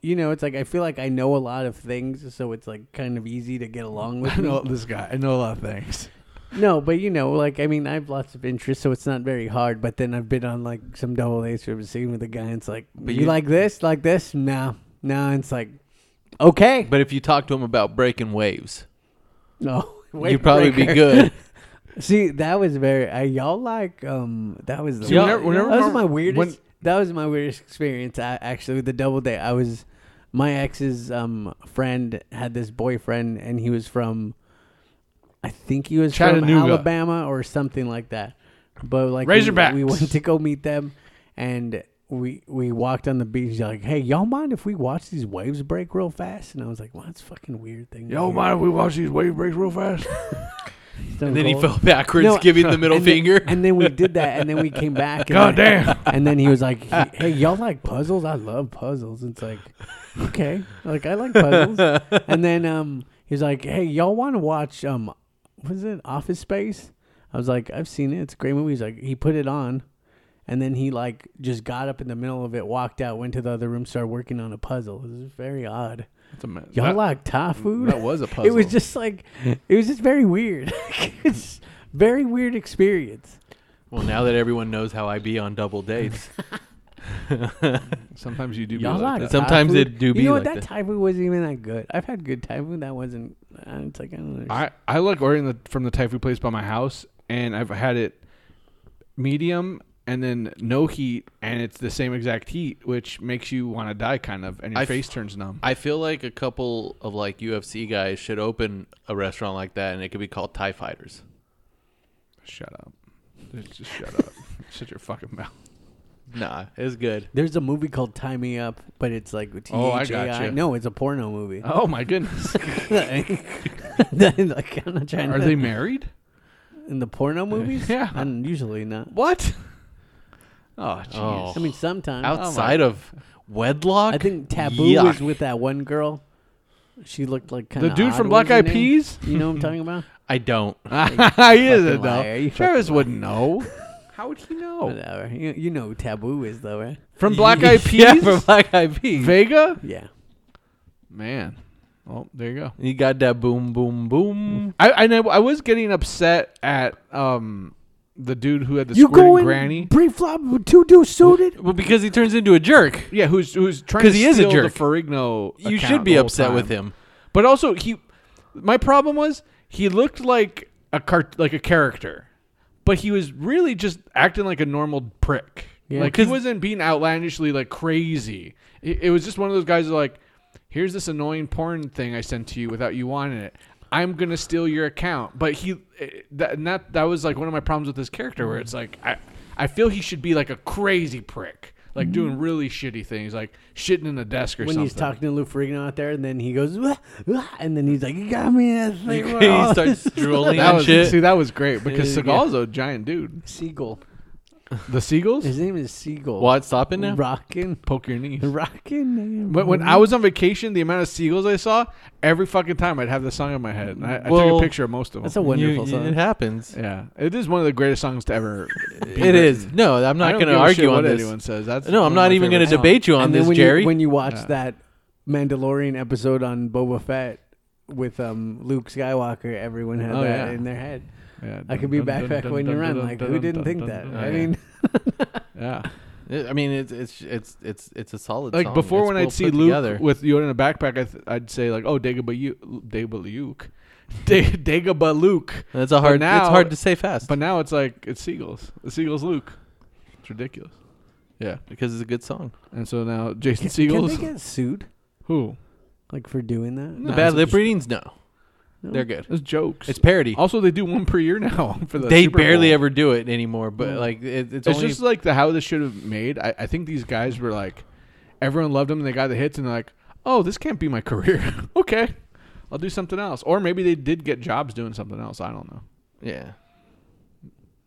you know, it's like I feel like I know a lot of things, so it's like kind of easy to get along with.
I
me.
know this guy. I know a lot of things.
No, but you know, like I mean, I have lots of interests, so it's not very hard. But then I've been on like some double A's where I've seen with a guy, and it's like, you,
you-
like this, like this, no, no, and it's like, okay,
But if you talk to him about breaking waves,
no,
you'd probably
breaker.
be good.
See, that was very I, y'all like um that was the
See, whenever- whenever
that was
my-
my weirdest
when-
that was my weirdest experience. I, actually with the double date, I was my ex's um friend had this boyfriend, and he was from I think he was
Chattanooga.
from Alabama or something like that. But like we-
Razorbacks.
we, went to go meet them, and we we walked on the beach. He's like, "Hey, y'all mind if we watch these waves break real fast?" And I was like, "Well, that's a fucking weird thing." to
Yo,
do."
mind if we watch these wave breaks real fast?
Stone
And then he
Cold.
fell backwards,
No,
giving the middle
and then-
finger.
and then we did that, and then we came back. And
God
then,
damn.
And then he was like, he- "Hey, y'all like puzzles? I love puzzles." It's like, okay, like I like puzzles. And then um, he was like, "Hey, y'all want to watch um, was it Office Space?" I was like, "I've seen it. It's a great movie." He's like, he put it on, and then he like just got up in the middle of it, walked out, went to the other room, started working on a puzzle. It was very odd.
That's a mess.
Y'all
That-
like Thai food?
that was a
It was
puzzle.
just like, it was just very weird. it's very weird experience.
well, now that everyone knows how I be on double dates,
Sometimes you do be
Y'all
like
like
that.
that.
Sometimes
Thai
it
food?
do be
You know
like
what? That
that.
Thai food wasn't even that good. I've had good Thai food that wasn't. uh, It's like I don't know.
I, I like ordering the, from the Thai food place by my house, and I've had it medium and then no heat, and it's the same exact heat, which makes you want to die, kind of, and your
I f-
face turns numb.
I feel like a couple of like UFC guys should open a restaurant like that, and it could be called Tie Fighters.
shut up. Just just shut up. Shut your fucking mouth.
Nah, it's good.
There's a movie called Tie Me Up, but it's like T
Oh, I
H A I.
gotcha.
No, it's a porno movie.
Oh, my goodness.
like, I'm not trying
Are
to,
they married?
in the porno movies?
Yeah.
I'm usually not.
What? Oh, jeez.
Oh.
I mean, sometimes.
Outside of wedlock,
I think Taboo
Yuck.
was with that one girl. She looked like kind
The
of
dude from Black Eyed Peas?
You know what I'm talking about?
I don't.
he is a
fucking liar. You
no. Travis wouldn't know. How would he know?
Whatever. You, you know who Taboo is though, right?
From Black Eyed Peas?
yeah, from Black Eyed Peas.
Vega?
Yeah.
Man. Oh, there you go.
You got that boom, boom, boom.
I I, know- I was getting upset at um the dude who had the
You
squirting
going
granny.
pre-flop with two dudes suited?
Well, because he turns into a jerk.
Yeah, who's who's trying to
'Cause he is a
steal the
jerk.
Ferrigno.
You
account
should be
the whole
upset with
time.
him.
But also he my problem was he looked like a cart like a character. But he was really just acting like a normal prick.
Yeah.
like he wasn't being outlandishly like crazy. It, it was just one of those guys who like, here's this annoying porn thing I sent to you without you wanting it. I'm gonna steal your account. But he eh, that and that that was like one of my problems with this character where it's like I I feel he should be like a crazy prick. Like doing really shitty things, like shitting in a desk or
Mm. When
something.
he's talking to Lou Ferrigno out there, and then he goes, "Wah, wah," and then he's like, "You got me." in a thing where all
he starts
this
drooling
That
and
was
shit.
see that was great because
Yeah.
Seagal's a giant dude.
Seagull.
The seagulls
His name is Seagull.
What? Stopping now?
Rockin',
poke your knees.
rockin'. name.
When, when I was on vacation, the amount of seagulls I saw every fucking time, I'd have the song in my head. And I, I took a
Well,
picture of most of
That's a
them.
wonderful
You-
song.
It happens.
yeah, it is one of the greatest songs to ever. be
It
written.
is. No, I'm
I
not
don't
going to
give a shit
argue on
what
this.
anyone says. That's
No,
one
I'm
of
not
my
even going
favorite
to
songs.
debate you on
and
this,
then when
Jerry.
you when you watch
Yeah.
that Mandalorian episode on Boba Fett with um Luke Skywalker, everyone had
Oh,
that
yeah.
in their head.
Yeah,
I
dun,
could be
dun, dun,
backpack
dun,
when
dun,
you run.
dun,
Like
dun,
who
dun,
didn't
dun,
think
dun,
that?
dun.
I
Yeah.
mean,
yeah.
I mean, it's it's it's it's it's a solid.
Like
song.
before,
It's
when
well
I'd see
put
Luke
together.
with Yoda in a backpack, I th- I'd say like, "Oh, Dagobah, you, Dagobah Luke," Da- Dagobah Luke.
That's a
But
hard.
now-
it's hard to say fast,
But now it's like it's Seagulls. The Seagulls Luke. It's ridiculous. Yeah.
because it's a good song.
And so now Jason
Can
Seagulls.
they get sued
Who?
like for doing that?
No.
the bad
it's
lip
just-
readings, no. they're good.
It's jokes.
It's parody.
also they do one per year now for the
they
Super Bowl.
barely ever do it anymore. But like, it, it's,
It's
only
just like the how this should have made. I, I think these guys were like, everyone loved them and they got the hits and they're like, oh, this can't be my career. okay, I'll do something else. Or maybe they did get jobs doing something else. I don't know,
yeah.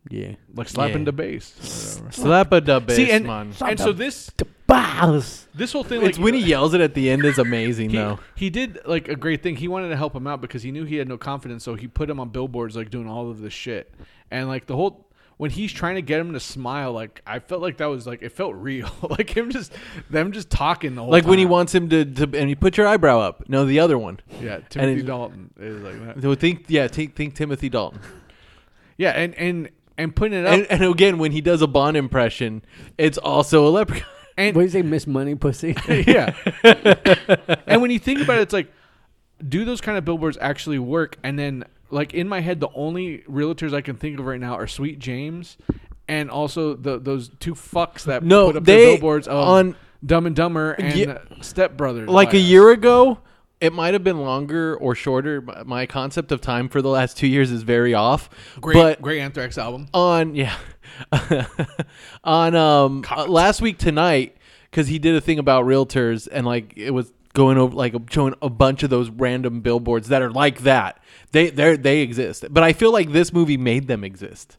Yeah.
like slapping
Yeah.
the bass. or whatever.
Slap a dub
See,
bass,
and,
man.
and so this
Bows.
this whole thing,
It's
like
when he yells it at the end is amazing
he,
though.
he did like a great thing. He wanted to help him out because he knew he had no confidence, so he put him on billboards, like doing all of this shit. And like the whole when he's trying to get him to smile, like I felt like that was like it felt real, like him just them just talking the whole
Like when he
time.
wants him to, to and you put your eyebrow up. No, the other one.
Yeah, Timothy
it-
Dalton is like that.
So think yeah, think, think Timothy Dalton.
Yeah, and and and putting it up,
And,
and,
and again, when he does a Bond impression, it's also a leprechaun.
What do you say, Miss Money Pussy?
yeah. and when you think about it, it's like, do those kind of billboards actually work? And then, like in my head, the only realtors I can think of right now are Sweet James, and also the those two fucks that
No,
put up
they-
their billboards of
on-
Dumb and Dumber and
Ye-
Step Brothers.
Like a
bios.
year ago, it might have been longer or shorter. My- My concept of time for the last two years is very off.
Great,
but
great Anthrax album.
on yeah on um uh, last week tonight because he did a thing about realtors and like it was going over like showing a bunch of those random billboards that are like that they they they exist but i feel like this movie made them exist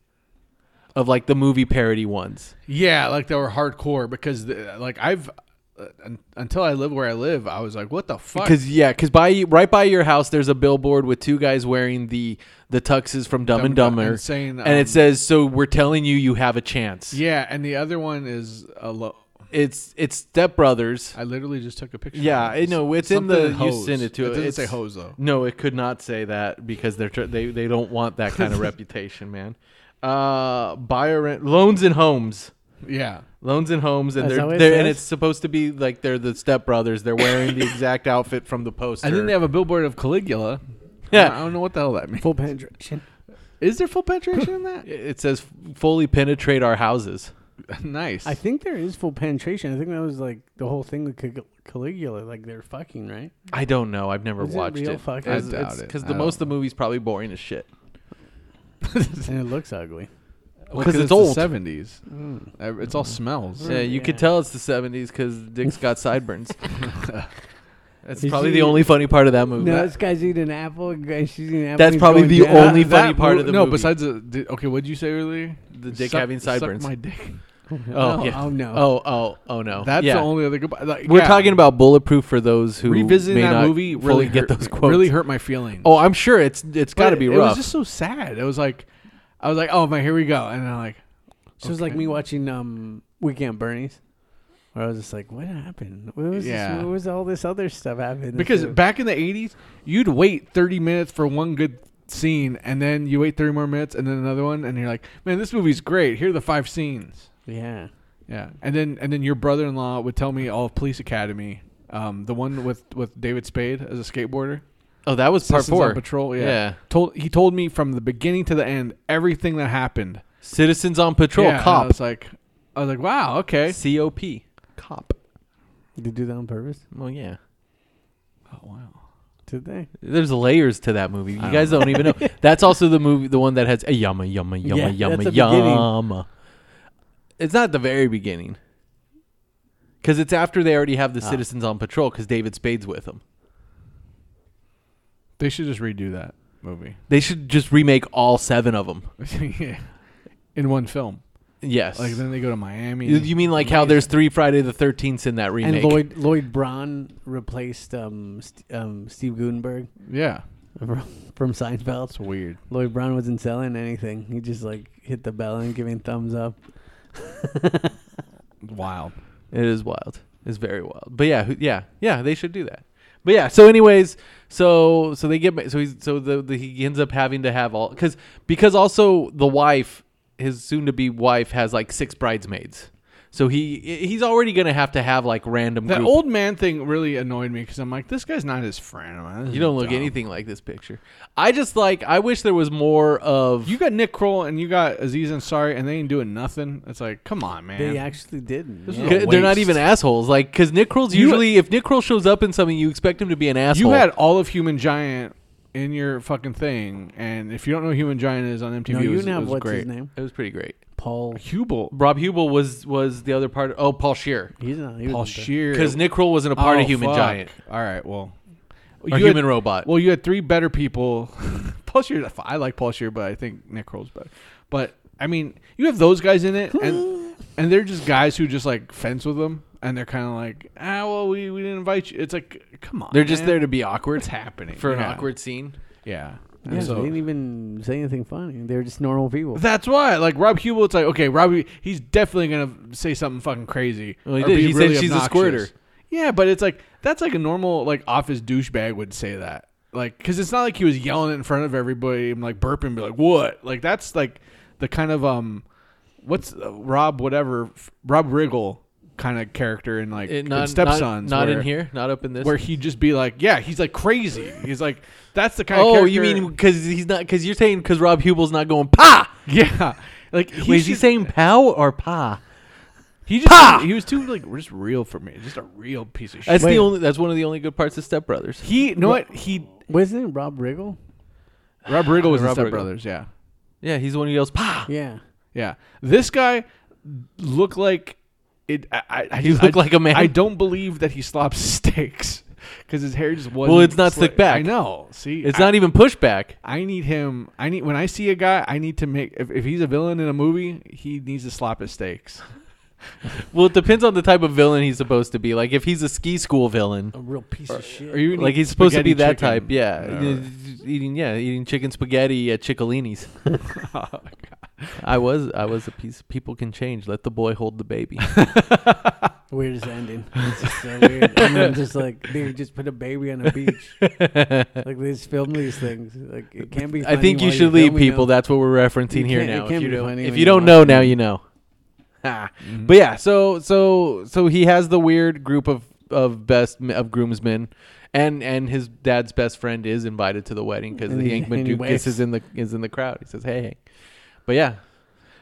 of like the movie parody ones
Yeah, like they were hardcore because the, like I've uh, un- until I live where I live, I was like, what the fuck?
because yeah because by right by your house there's a billboard with two guys wearing the the tuxes from dumb, and
Dumb and
dumber
Dumb- saying,
and
um,
it says so we're telling you you have a chance
yeah, and the other one is a lo-
it's it's step brothers
I literally just took a picture.
Yeah,
of it.
I know, it's in
Something
the- you
hose.
sent it to
It
it.
doesn't
It's-
say hose though.
No, it could not say that because they're tr- they they don't want that kind of reputation, man. Uh, buy or rent loans and homes,
Yeah,
loans and homes, and
That's how
they're,
it
they're and
says?
it's supposed to be like they're the stepbrothers. They're wearing the exact outfit from the poster.
and then they have a billboard of Caligula.
Yeah.
I don't know what the hell that means.
Full penetration.
Is there full penetration in that?
it says fully penetrate our houses.
nice.
I think there is full penetration. I think that was like the whole thing with Cal- Caligula. Like they're fucking, right?
I don't know. I've never
Is it
watched
real
it.
fucking?
I doubt it.
Because
I
the
don't
most of the movie's probably boring as shit.
And it looks ugly.
Well,
it's
the
old. Mm.
70s. Uh, It's all smells.
Yeah, you could
Yeah.
tell it's the '70s because Dick's got sideburns. That's
Is
probably
he-
the only funny part of that movie.
No, this guy's eating an apple. And she's eating an apple.
That's
he's
probably
going
the
down.
only funny part
mo-
of the
no,
movie.
besides the, did, okay, what did you say earlier?
The dick
Suck-
having
suck
sideburns.
my dick.
Oh,
No,
yeah.
oh, no.
Oh, oh, oh no.
That's
Yeah.
the only other good. Like,
We're
yeah.
talking about bulletproof for those who may
revisiting that
not
movie.
fully
Really
get
hurt-
those quotes.
Really hurt my feelings.
Oh, I'm sure it's it's got to
But
be
It was
rough.
just so sad. It was like, I was like, oh man, here we go, and I'm like,
So it was like me watching um Weekend Bernie's, where I was just like, "What happened? What was
Yeah.
this, what was all this other stuff happening?"
Because
So-
back in the '80s, you'd wait 30 minutes for one good scene, and then you wait 30 more minutes, and then another one, and you're like, "Man, this movie's great. Here are the five scenes."
yeah,
Yeah, and then and then your brother-in-law would tell me all of Police Academy, um, the one with with David Spade as a skateboarder,
oh, that was part
Citizens on
four.
Patrol. Yeah.
Yeah.
told he told me from the beginning to the end everything that happened.
Citizens on Patrol,
Yeah, and I
cop,
was like, I was like, wow, okay.
C O P, cop.
did they do that on purpose?
Well, yeah.
Oh wow.
Did they?
There's layers to that movie. You guys don't even know. That's also the movie, the one that has a yumma yumma
Yeah,
yumma
that's
yumma
the beginning.
yumma. It's not the very beginning, because it's after they already have the
Ah.
citizens on patrol. Because David Spade's with them.
They should just redo that movie.
They should just remake all seven of them.
yeah. In one film.
Yes.
Like then they go to Miami.
You- You mean like how there's three Friday the Thirteenth in that remake?
And Lloyd Lloyd Braun replaced um, St- um Steve Gutenberg
Yeah.
from, from Seinfeld.
weird.
Lloyd Braun wasn't selling anything. He just like hit the bell and giving thumbs up.
Wild.
It is wild. It's very wild. But yeah, who- yeah, yeah. They should do that. But yeah. So, anyways, so so they get ma- so he's so the, the he ends up having to have all because because also the wife his soon to be wife has like six bridesmaids. So he he's already gonna have to have like random.
That
group-
old man thing really annoyed me because I'm like, this guy's not his friend. man. This
You
is
don't look
dumb.
anything like this picture. I just like. I wish there was more of.
You got Nick Kroll and you got Aziz Ansari, and they ain't doing nothing. It's like, come on, man.
They actually didn't.
This
yeah.
was a
they're not
waste.
even assholes. Like, because Nick Kroll's usually, if Nick Kroll shows up in something, you expect him to be an asshole.
You had all of Human Giant in your fucking thing, and if you don't know who Human Giant is on MTV,
No,
it
you
was,
didn't
it
have
was
what's
great.
his name?
It was pretty great.
Paul.
Hubel,
Rob Hubel was was the other part. Oh, Paul Shear.
He's not. He
Paul
wasn't there.
Shear,
Because Nick Kroll wasn't a part
Oh,
of Human
fuck.
Giant
All right, well,
or
you
Human
had-
Robot.
Uh, Well, you had three better people. Paul Shear, I like Paul Shear, but I think Nick Kroll's better. But I mean, you have those guys in it, and and they're just guys who just like fence with them, and they're kind of like, ah, well, we, we didn't invite you. It's like, come on,
they're just
man.
there to be awkward
What's happening
for an
Yeah.
awkward scene.
Yeah. And
Yeah,
so-
they didn't even say anything funny. They were just normal people.
That's why, like Rob Hubel, it's like okay, Robbie, he's definitely gonna say something fucking crazy.
Well, he
or
did.
be
He said she's a squirter.
Yeah, but it's like that's like a normal like office douchebag would say that, like because it's not like he was yelling in front of everybody and like burping, be like what? Like that's like the kind of um, what's uh, Rob whatever f- Rob Riggle kind of character in like
It-
in
not not-
stepsons,
Not,
where-
in here. Not up in this.
where he'd just be like, yeah, he's like crazy. He's like that's the kind. of
oh,
character,
you mean because he's not? Because you're saying because Rob Hubel's not going pa.
yeah? Like
Wait, is he
should-
saying pow or pa?
He just
Pa!
he was too like just real for me. Just a real piece of shit.
That's the only. That's one of the only good parts of Step Brothers.
He know what he
Wasn't it Rob Riggle?
Rob Riggle was in
Rob
Step
Riggle.
Brothers. Yeah,
Yeah, he's the one who yells pa.
Yeah.
yeah. This guy looked like it. I, I, I
He
just-
looked
I-
like a man.
I don't believe that he slops steaks because his hair just wasn't.
Well, it's not slicked back.
I know. See,
It's
I,
not even pushback.
I need him. I need when I see a guy. I need to make if, if he's a villain in a movie, he needs to slop his steaks.
Well, it depends on the type of villain he's supposed to be. Like if he's a ski school villain,
A real piece of shit.
Or you need
like he's supposed to be
spaghetti
that
chicken.
type. Yeah,
Whatever.
eating yeah eating chicken spaghetti at Ciccolini's.
Oh,
I was I was a piece. People can change. Let the boy hold the baby.
Weirdest ending. It's just so weird. And then just like they just put a baby on a beach. like they just film these things. Like it can't be.
I
Funny
think you
while
should
you're
leave
filming
people.
them.
That's what we're referencing
You
here
can't- it
now. If
can't
you
be
don't,
funny Mm-hmm.
if
when
you
you
don't
watch
know
it.
now, you know. Ha. But yeah, so so so he has the weird group of of best m- of groomsmen, and and his dad's best friend is invited to the wedding because
And
the
he-
Hank
and he
Mandukas
waves.
is in the is in the crowd. He says, "Hey, Hank," but yeah,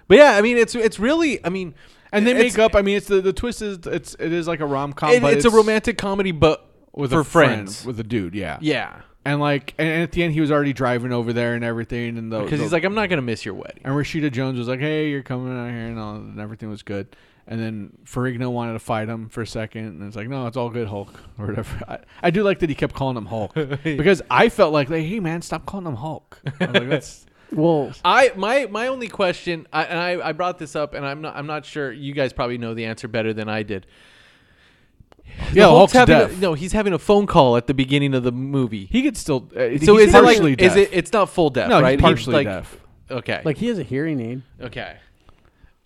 but yeah, I mean, it's it's really, I mean,
And they
it's-
make up. I mean, it's the the twist is it's it is like a rom com.
it- it's, a romantic comedy, but
with
for
a friend,
friends.
with a dude. Yeah,
yeah,
And like, and and at the end, he was already driving over there and everything, and the
because
the-
he's like, "I'm not gonna miss your wedding."
and Rashida Jones was like, "Hey, you're coming out here," and all, and everything was good. And then Ferrigno wanted to fight him for a second, and it's like, "No, it's all good, Hulk," or whatever. I, I do like that he kept calling him Hulk because I felt like, like, "Hey, man, stop calling him Hulk." I was like, That's,
Well,
I my my only question, I, and I, I brought this up, and I'm not I'm not sure. You guys probably know the answer better than I did. The
yeah, Hulk's
having
deaf.
A, no, he's having a phone call at the beginning of the movie.
he could still. Uh,
so
he's
is it like
partially
is
deaf.
it? It's not full deaf,
No, he's
right? He,
partially
like-
deaf.
Okay,
like he has a hearing aid.
okay,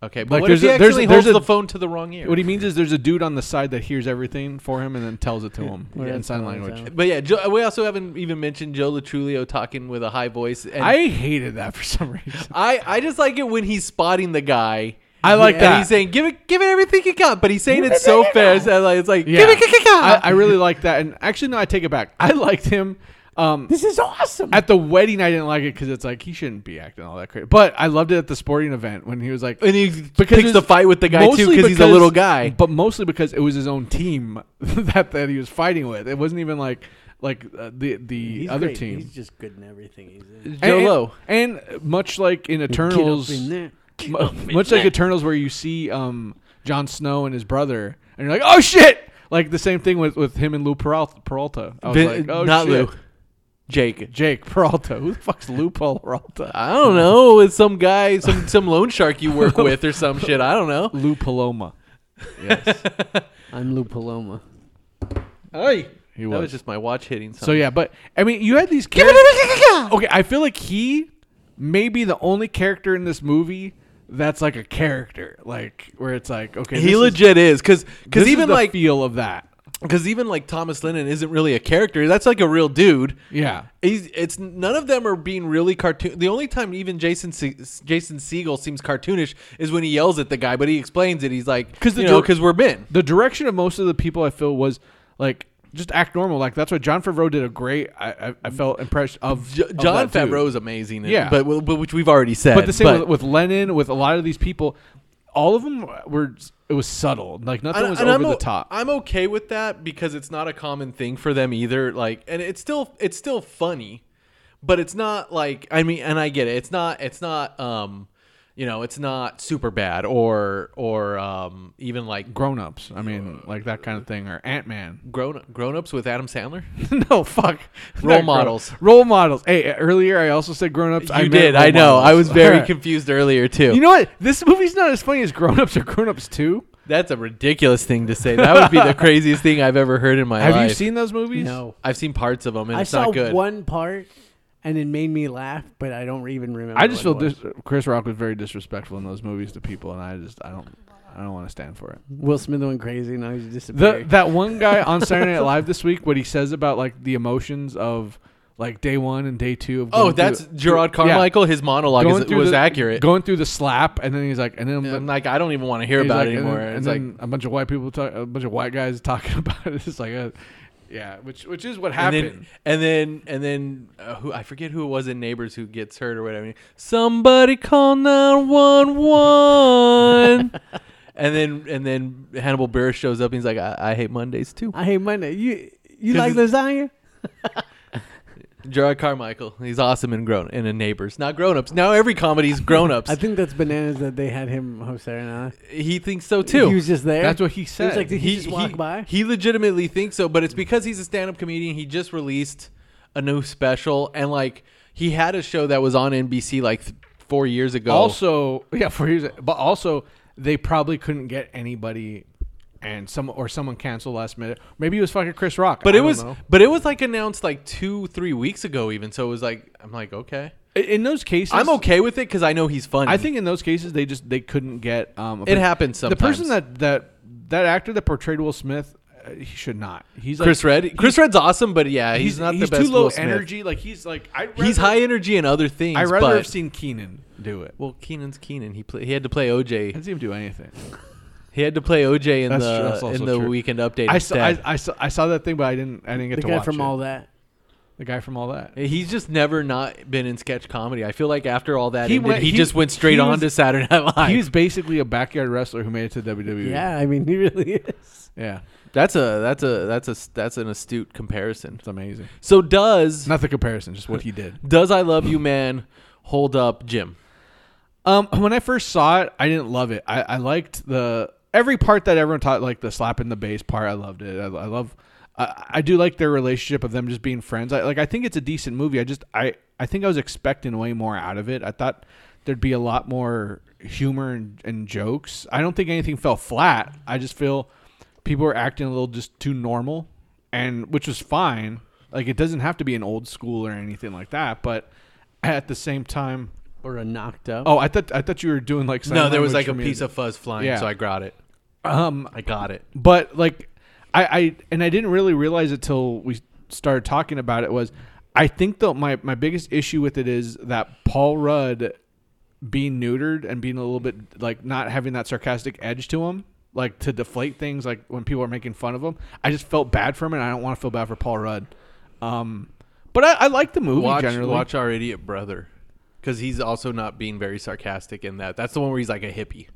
okay. But
Like,
what
there's
if he
a-
actually
there's a- there's
holds
a-
the phone to the wrong ear?
What he means is there's a dude on the side that hears everything for him and then tells it to him
Yeah,
in sign
that's how it
language.
sounds.
but yeah, Joe, we also haven't even mentioned Joe Latrulio talking with a high voice. And
I hated that for some reason.
I I just like it when he's spotting the guy.
I like
and
that.
he's saying, "Give it, give it everything you got," but he's saying it so fast. And like, it's like,
Yeah.
"Give it, give it, give it."
I, I really like that. And actually, no, I take it back. I liked him. Um,
This is awesome.
at the wedding, I didn't like it because it's like he shouldn't be acting all that crazy. But I loved it at the sporting event when he was like,
and he
it's-
picks the fight with the guy too
mostly
because he's a little guy.
But mostly because it was his own team that that he was fighting with. It wasn't even like like uh, the the
He's
other
great.
team.
He's just good in everything. He's in.
Joe
and,
Low.
and much like in Eternals,
Get up in there.
Mu- much like Eternals, where you see um, Jon Snow and his brother, and you're like, "Oh shit!" Like the same thing with, with him and Lou Peralta. Peralta. I was
Vin-
like, "Oh
not
shit."
Lou, Jake.
Jake Peralta. Who the fuck's Lou Peralta?
I don't know. It's some guy, some some loan shark you work with or some shit. I don't know.
Lou Paloma. Yes,
I'm Lou Paloma.
he
That was
was.
just my watch hitting.
so
Something.
yeah, but I mean, you had these. characters- okay, I feel like he may be the only character in this movie that's like a character, like where it's like, okay,
he
this is-
legit is because
this
because
is
even
the
like
feel of that.
because even like Thomas Lennon isn't really a character. That's like a real dude.
Yeah.
He's, it's none of them are being really cartoon. The only time even Jason Se- Jason Siegel seems cartoonish is when he yells at the guy, but he explains it. He's like, because
'Cause the
you know,
dir-
because we're men.
the direction of most of the people I feel was like just act normal. Like that's what John Favreau did a great. I I, I felt impressed of
J-
of
John
that dude.
Favreau is amazing.
Yeah.
but, but which we've already said.
But the same with, with Lennon, with a lot of these people, all of them were. It was subtle. Like nothing was over
I'm o-
the top.
I'm okay with that because it's not a common thing for them either. Like, and it's still it's still funny, but it's not like I mean, and I get it. It's not it's not um, you know, it's not super bad or or um even like
Grown ups. I mean, like that kind of thing, or Ant Man.
grown grown ups with Adam Sandler.
no, fuck.
Role
Not grown-
models.
Role models. Hey, earlier I also said grown ups.
You did, I know. I was very
confused.
confused earlier too.
You know what? This movie's not as funny as Grown Ups or Grown Ups Two.
That's a ridiculous thing to say. That would be the craziest thing I've ever heard in my
Have
life.
you seen those movies?
No.
I've seen parts of them, and
I
it's
saw
not good.
one part, and it made me laugh, but I don't even remember.
I just feel
what it was.
dis- Chris Rock was very disrespectful in those movies to people, and I just I don't I don't want to stand for it.
Will Smith went crazy. Now he's
The
disappeared.
that one guy on Saturday Night Live this week, what he says about like the emotions of like day one and day two of
Oh,
going through
that's
the-
Gerard
yeah.
Carmichael. His monologue
Going
is,
through
was
the-
accurate.
Going through the slap, and then he's like, and then
I'm like, I don't even want to hear
he's
about
like,
it
and
anymore.
then- and
it's
then
like,
a bunch of white people talk, a bunch of white guys talking about it. It's like, uh, yeah, which which is what
and
happened.
then, and then, and then, uh, who I forget who it was in Neighbors who gets hurt or whatever. Somebody call nine one one. And then, and then Hannibal Buress shows up. and He's like, I, I hate Mondays too.
I hate Monday. You you
'Cause
like
it's-
lasagna?
Gerard Carmichael. He's awesome in grown and in Neighbors, not grown ups. Now every comedy's grown ups.
I think that's bananas that they had him host there. Now
he thinks so too.
he was just there.
That's what he
It
said.
was like, did he, just walk by?
He legitimately thinks so, but it's because he's a stand-up comedian. He just released a new special, and like he had a show that was on NBC like th- four years ago.
Also, yeah, for years, but also they probably couldn't get anybody, and some or someone canceled last minute. Maybe it was fucking Chris Rock.
but
I
it
don't
was
know.
but it was like announced like two three weeks ago even. So it was like I'm like okay,
I- in those cases.
I'm okay with it because I know he's funny.
I think in those cases they just they couldn't get. Um, a
It
per-
happens
The person
sometimes.
that that that actor that portrayed Will Smith, uh, he should not. He's like,
Chris Red Chris Red's awesome, but yeah, he's,
He's,
not
he's
the best.
too low
Will Smith.
energy. Like he's like I.
He's high energy in other things.
I rather
but,
have seen Keenan do it.
Well, Keenan's Keenan. He play, he had to play OJ.
I didn't see him do anything.
He had to play OJ in
That's true. That's
the
also
in the
true.
Weekend Update.
I saw,
instead.
I, I saw I saw that thing, but I didn't I didn't get
the
to
guy
watch
from
it.
all that.
the guy from all that.
He's just never not been in sketch comedy. I feel like after all that,
He
he,
went-
he,
he-
just went straight
he
on
was-
to Saturday Night Live.
He was basically a backyard wrestler who made it to WWE.
Yeah, I mean he really is.
E. yeah,
that's a that's a that's a that's an astute comparison.
it's amazing.
So does
Not the comparison, just what he did.
does I Love You Man hold up, Jim?
Um, when I first saw it, I didn't love it. I, I liked the every part that everyone taught, like the slap in the bass part. I loved it. I, I love. I, I do like their relationship of them just being friends. I like. I think it's a decent movie. I just I I think I was expecting way more out of it. I thought there'd be a lot more humor and, and jokes. I don't think anything fell flat. I just feel people were acting a little just too normal, and which was fine. Like it doesn't have to be an old school or anything like that. But at the same time.
Or a knocked up.
Oh, I thought I thought you were doing like sign
No, there was like a
language for me.
piece of fuzz flying,
Yeah.
so I got it.
um,
I got it.
but like I I and I didn't really realize it till we started talking about it was I think though my my biggest issue with it is that Paul Rudd being neutered and being a little bit like not having that sarcastic edge to him like to deflate things like when people are making fun of him I just felt bad for him and I don't want to feel bad for Paul Rudd um but I, I like the movie
Watch
generally
watch our idiot brother, because he's also not being very sarcastic in that. That's the one where he's like a hippie.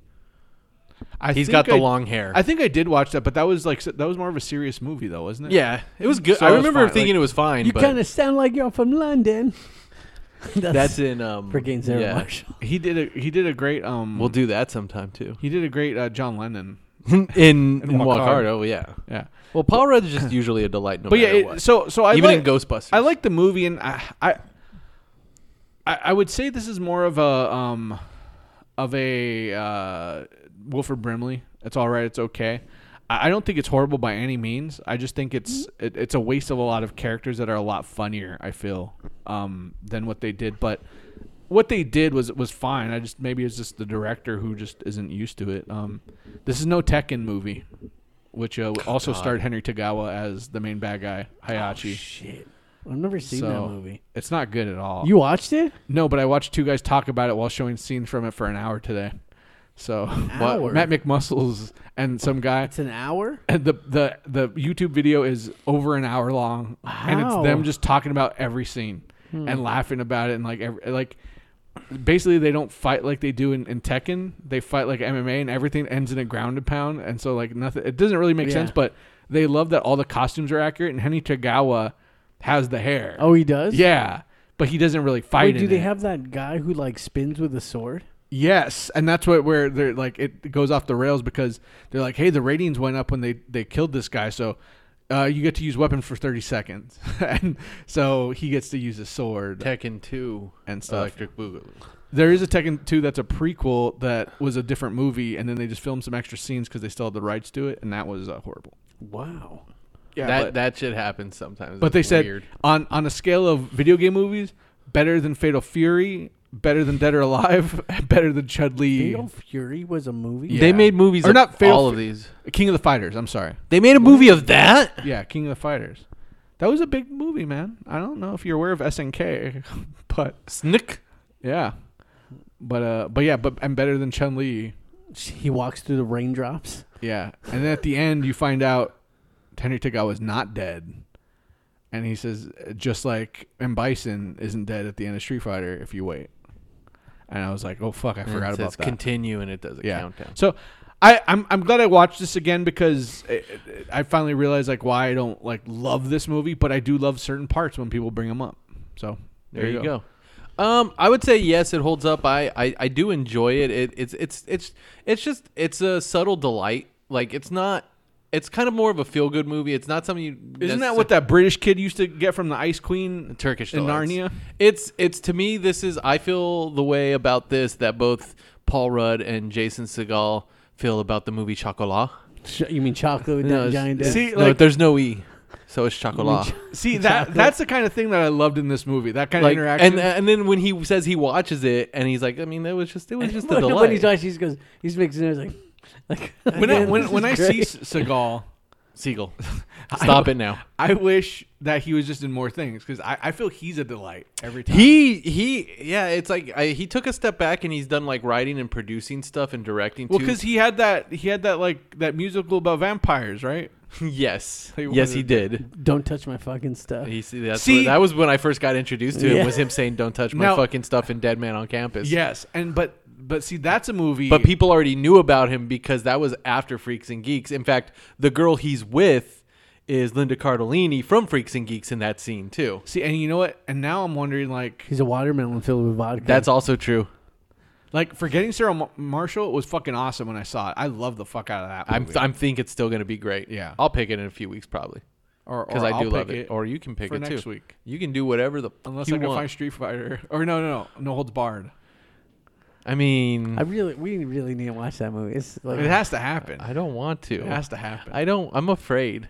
I
He's
think
got the
I-
long hair.
I think I did watch that but that was like that was more of a serious movie though wasn't it
yeah, it was good.
So
I
it was
remember
fine,
thinking
like-
it was fine.
you
but
kind of sound like you're from London. that's,
that's in um
freaking Sarah
yeah.
Marshall.
He did a he did a great um
We'll do that sometime too.
he did a great uh, John Lennon.
in in,
Wakar.
Wakardo, yeah.
Yeah.
Well, Paul Rudd's just usually a delight, no
But yeah,
matter
it,
what.
so so I
even
like,
in Ghostbusters,
I like the movie and I, I I I would say this is more of a um of a uh Wilford Brimley. It's all right, it's okay. I I don't think it's horrible by any means. I just think it's it, it's a waste of a lot of characters that are a lot funnier. I feel um, than what they did, but what they did was was fine. I just maybe it's just the director who just isn't used to it. Um, this is no Tekken movie. which uh, also starred Henry Tagawa as the main bad guy, Hayachi.
Oh, Shit. I've never seen
so
that movie.
it's not good at all.
You watched it?
no, but I watched two guys talk about it while showing scenes from it for an hour today. So but
hour?
Matt McMuscles and some guy.
It's an hour?
And the the the YouTube video is over an hour long, and it's
Wow. Hmm.
them just talking about every scene and laughing about it, and like every, like basically they don't fight like they do in, in Tekken. They fight like MMA, and everything ends in a ground and pound, and so like nothing. It doesn't really make
Yeah.
sense, but they love that all the costumes are accurate, and Henny Tagawa has the hair.
Oh, he does?
yeah, but he doesn't really fight.
Wait, do
in
they
it.
have that guy who like spins with a sword?
Yes, and that's what where they're like it goes off the rails because they're like, hey, the ratings went up when they they killed this guy, so uh, you get to use weapon for thirty seconds, and so he gets to use a sword
Tekken 2
and stuff.
Electric Boogaloo.
There is a Tekken two that's a prequel that was a different movie, and then they just filmed some extra scenes because they still had the rights to it, and that was uh, horrible.
Wow.
Yeah,
that
but,
that shit happens sometimes.
but they
It's
said
weird.
on on a scale of video game movies, better than Fatal Fury, better than Dead or Alive, better than Chun Li.
Fatal Fury was a movie?
Yeah.
they made movies
Or
of
not Fatal
all of
Fu-
these.
King of the Fighters. I'm sorry.
They made a movie of that.
Yeah, King of the Fighters. That was a big movie, man. I don't know if you're aware of SNK, but
Snick.
yeah, but uh, but yeah, but I'm better than Chun Li.
He walks through the raindrops.
Yeah, and then at the end you find out Henry Tagawa is not dead, and he says just like M Bison isn't dead at the end of Street Fighter if you wait. And I was like, oh fuck, I forgot
it
about
says
that.
Continue and it does a
yeah.
countdown.
So I, I'm I'm glad I watched this again because it, it- I finally realized like why I don't like love this movie, but I do love certain parts when people bring them up. So there,
There you go. Um, I would say yes, it holds up. I, I, I do enjoy it. it. It's it's it's it's just it's a subtle delight. Like it's not. It's kind of more of a feel good movie. It's not something you.
Isn't that
necessar-
what that British kid used to get from the Ice Queen?
Turkish
in
delights.
Narnia.
It's it's to me this is I feel the way about this that both Paul Rudd and Jason Segal feel about the movie Chocolat.
Sh- You mean chocolate with
No,
that
it's-
giant
it's-
ass-
See,
no,
like-
there's no e, so it's Chocolat.
See that that's the kind of thing that I loved in this movie. That kind
Like,
of
and
interaction.
and then when he says he watches it and he's like, I mean, that was just it was just a
When- When
delight.
he's watching, he goes, he's mixing it. He's like, like
when I,
man,
when,
this
when
is
I
great.
see S- Seagal,
Siegel, stop it now.
I wish that he was just in more things because I, I feel he's a delight every time.
He he yeah, it's like I, he took a step back and he's done like writing and producing stuff and directing.
well,
too.
because he had that he had that like that musical about vampires, right?
yes,
He
yes, he
wanted-
did.
don't touch my fucking stuff.
He see, that's
See-
what- that was when I first got introduced to
Yeah.
him. Was him saying, "Don't touch my
Now-
fucking stuff" and Dead Man on Campus.
Yes, and but but see, that's a movie.
but people already knew about him because that was after Freaks and Geeks. In fact, the girl he's with is Linda Cardellini from Freaks and Geeks in that scene too.
see, and you know what? And now I'm wondering, like,
He's a watermelon filled with vodka.
That's also true.
like forgetting Sarah Ma- Marshall was fucking awesome when I saw it. I love the fuck out of that.
I'm
Movie.
I'm think it's still going to be great.
Yeah.
I'll pick it in a few weeks probably
or
because
or
I do
I'll
love
pick
it. Or you can pick
for
it
next
too.
week.
You can do whatever the
unless
you
I can
want.
find Street Fighter. Or no, no, no, no holds barred.
I mean,
I
I,
really, we really need to watch that movie. It's like,
It has to happen.
don't want to.
it has to happen.
I don't. I'm afraid.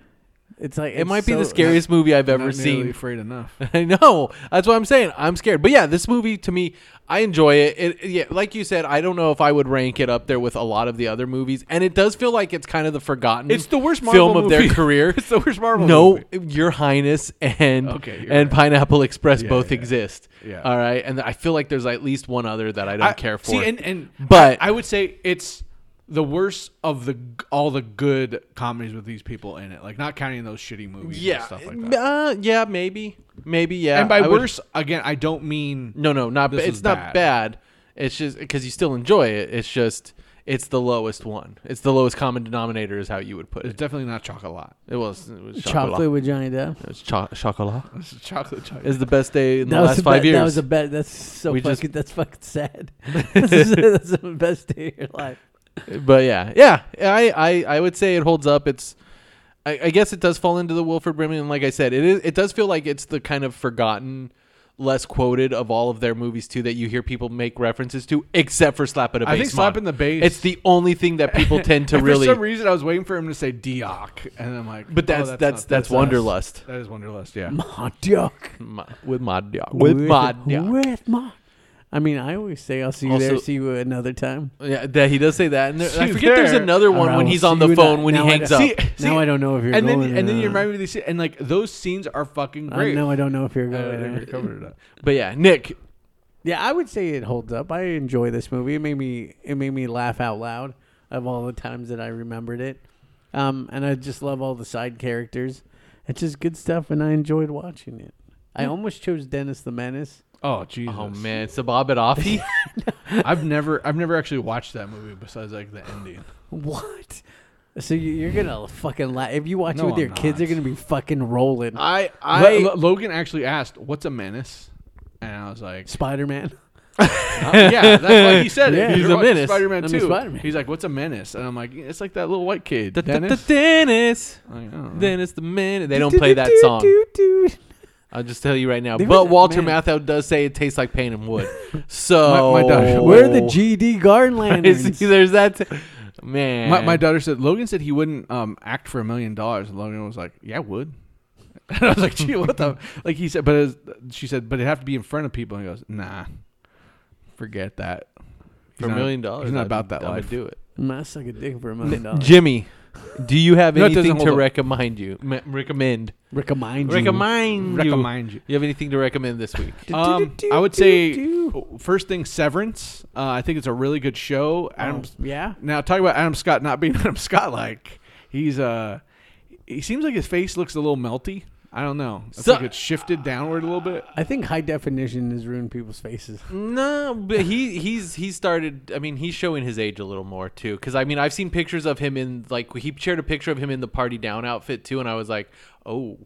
it's like
it
it's
might be the
so-
scariest movie I've ever
Not nearly
seen.
afraid enough.
I know. That's what I'm saying. I'm scared. But yeah, this movie to me, I enjoy it. it. Yeah, like you said, I don't know if I would rank it up there with a lot of the other movies, and it does feel like it's kind of the forgotten.
It's the worst Marvel
film of
movie.
their career.
it's the worst Marvel.
no,
movie.
Your Highness and
Okay, you're
and
right.
Pineapple Express both
yeah.
exist.
Yeah.
All right, and I feel like there's at least one other that I don't care for.
See, and and
But-
I, I would say it's the worst of the g- all the good comedies with these people in it. Like not counting those shitty movies. and
yeah,
stuff like that.
uh, yeah, maybe, maybe, yeah.
and by
I would-
worse, again, I don't mean
No, no, not. Ba-
This
it's
is
not
bad.
bad. It's just because you still enjoy it. It's just it's the lowest one. It's the lowest common denominator, is how you would put
It's
it.
definitely not chocolate.
It was, it was chocolat.
Chocolate with Johnny Depp.
It was cho- chocolat.
It's chocolate chocolate.
Is the best day in the
That was
last
the
five
be-
years.
That was a bet. That's so
We just-
fucking. that's fucking sad. that's, the best day of your life.
but yeah, yeah. I, I, I would say it holds up. It's. I, I guess it does fall into the Wilford Brimley, and like I said, it is. It does feel like it's the kind of forgotten, less quoted of all of their movies too that you hear people make references to, except for Slap at a Bass.
I think Slap
Mon.
in the Bass-
It's the only thing that people tend to
And
really.
For some reason, I was waiting for him to say Dioc, and I'm like,
But
oh,
that's that's
not-
that's,
not-
Wonderlust
That is Wonderlust. Yeah.
Hot dog.
My- with Mod Dog. With Mod Dog.
With my. I mean, I always say I'll see you
Also-
there, see you another time.
Yeah, that he does say that. And there, I
See,
forget there's
there-
another one
Or I
when
will
he's
see
on the
you
phone
now-
when
now
he
I
hangs up.
don't-
See,
now I don't know if you're
and
going
then
or
and then you
not.
remind me of these and like those scenes are fucking
I
great.
know I don't know if you're
I
going.
Uh,
don't
or
think we
not.
covered it up.
But yeah, Nick,
Yeah, I would say it holds up. I enjoy this movie. It made me it made me laugh out loud of all the times that I remembered it. Um, and I just love all the side characters. It's just good stuff, and I enjoyed watching it. I almost chose Dennis the Menace.
Oh Jesus!
oh man, Sabah Gaddafi.
I've never I've never actually watched that movie besides like the ending.
What? So you- you're gonna fucking laugh if you watch
No,
it with your
I'm
kids. They're
not.
gonna be fucking rolling.
I
Lo-
I
Lo- Logan actually asked, "What's a menace?" And I was like,
Spider Man.
"Yeah, that's why he said
Yeah.
it.
He's
a menace.
Spider Man
I'm a
too.
Spider-Man.
He's like, "What's a menace?" And I'm like, "It's like that little white kid,
Da- da- da-
Dennis."
Dennis.
Like, I don't know.
Dennis the man. They don't play that song. I'll just tell you right now.
They
But
were-
Walter
man.
Matthau does say it tastes like paint and wood. So
My- my daughter-
Where are
Oh.
the GD Garden
It's-
lanterns?
There's that. t- man,
My, my daughter said Logan said he wouldn't um, act for a million dollars, and Logan was like, "Yeah, I would." And I was like, "Gee, what the?" Like he said, but it was, she said, "But it'd have to be in front of people." And he goes, "Nah, forget that."
for a
He's not-
million dollars.
He's not
I'd-
about that
I would
life.
do it.
Man, I suck a dick for a million dollars.
Jimmy, do you have
No, it doesn't
anything
hold
to
up.
recommend you? me- recommend.
Recommend you.
Recommend. you.
Recommend you.
You have anything to recommend this week?
Um, I would say first thing, Severance. Uh, I think it's a really good show. Adam,
yeah.
Now talk about Adam Scott not being Adam Scott. Like he's uh, he seems like his face looks a little melty. I don't know. It's
So-
like it's shifted downward a little bit.
I think high definition has ruined people's faces.
No, but he he's he started. I mean, he's showing his age a little more too. Because I mean, I've seen pictures of him in like he shared a picture of him in the party down outfit too, and I was like, oh,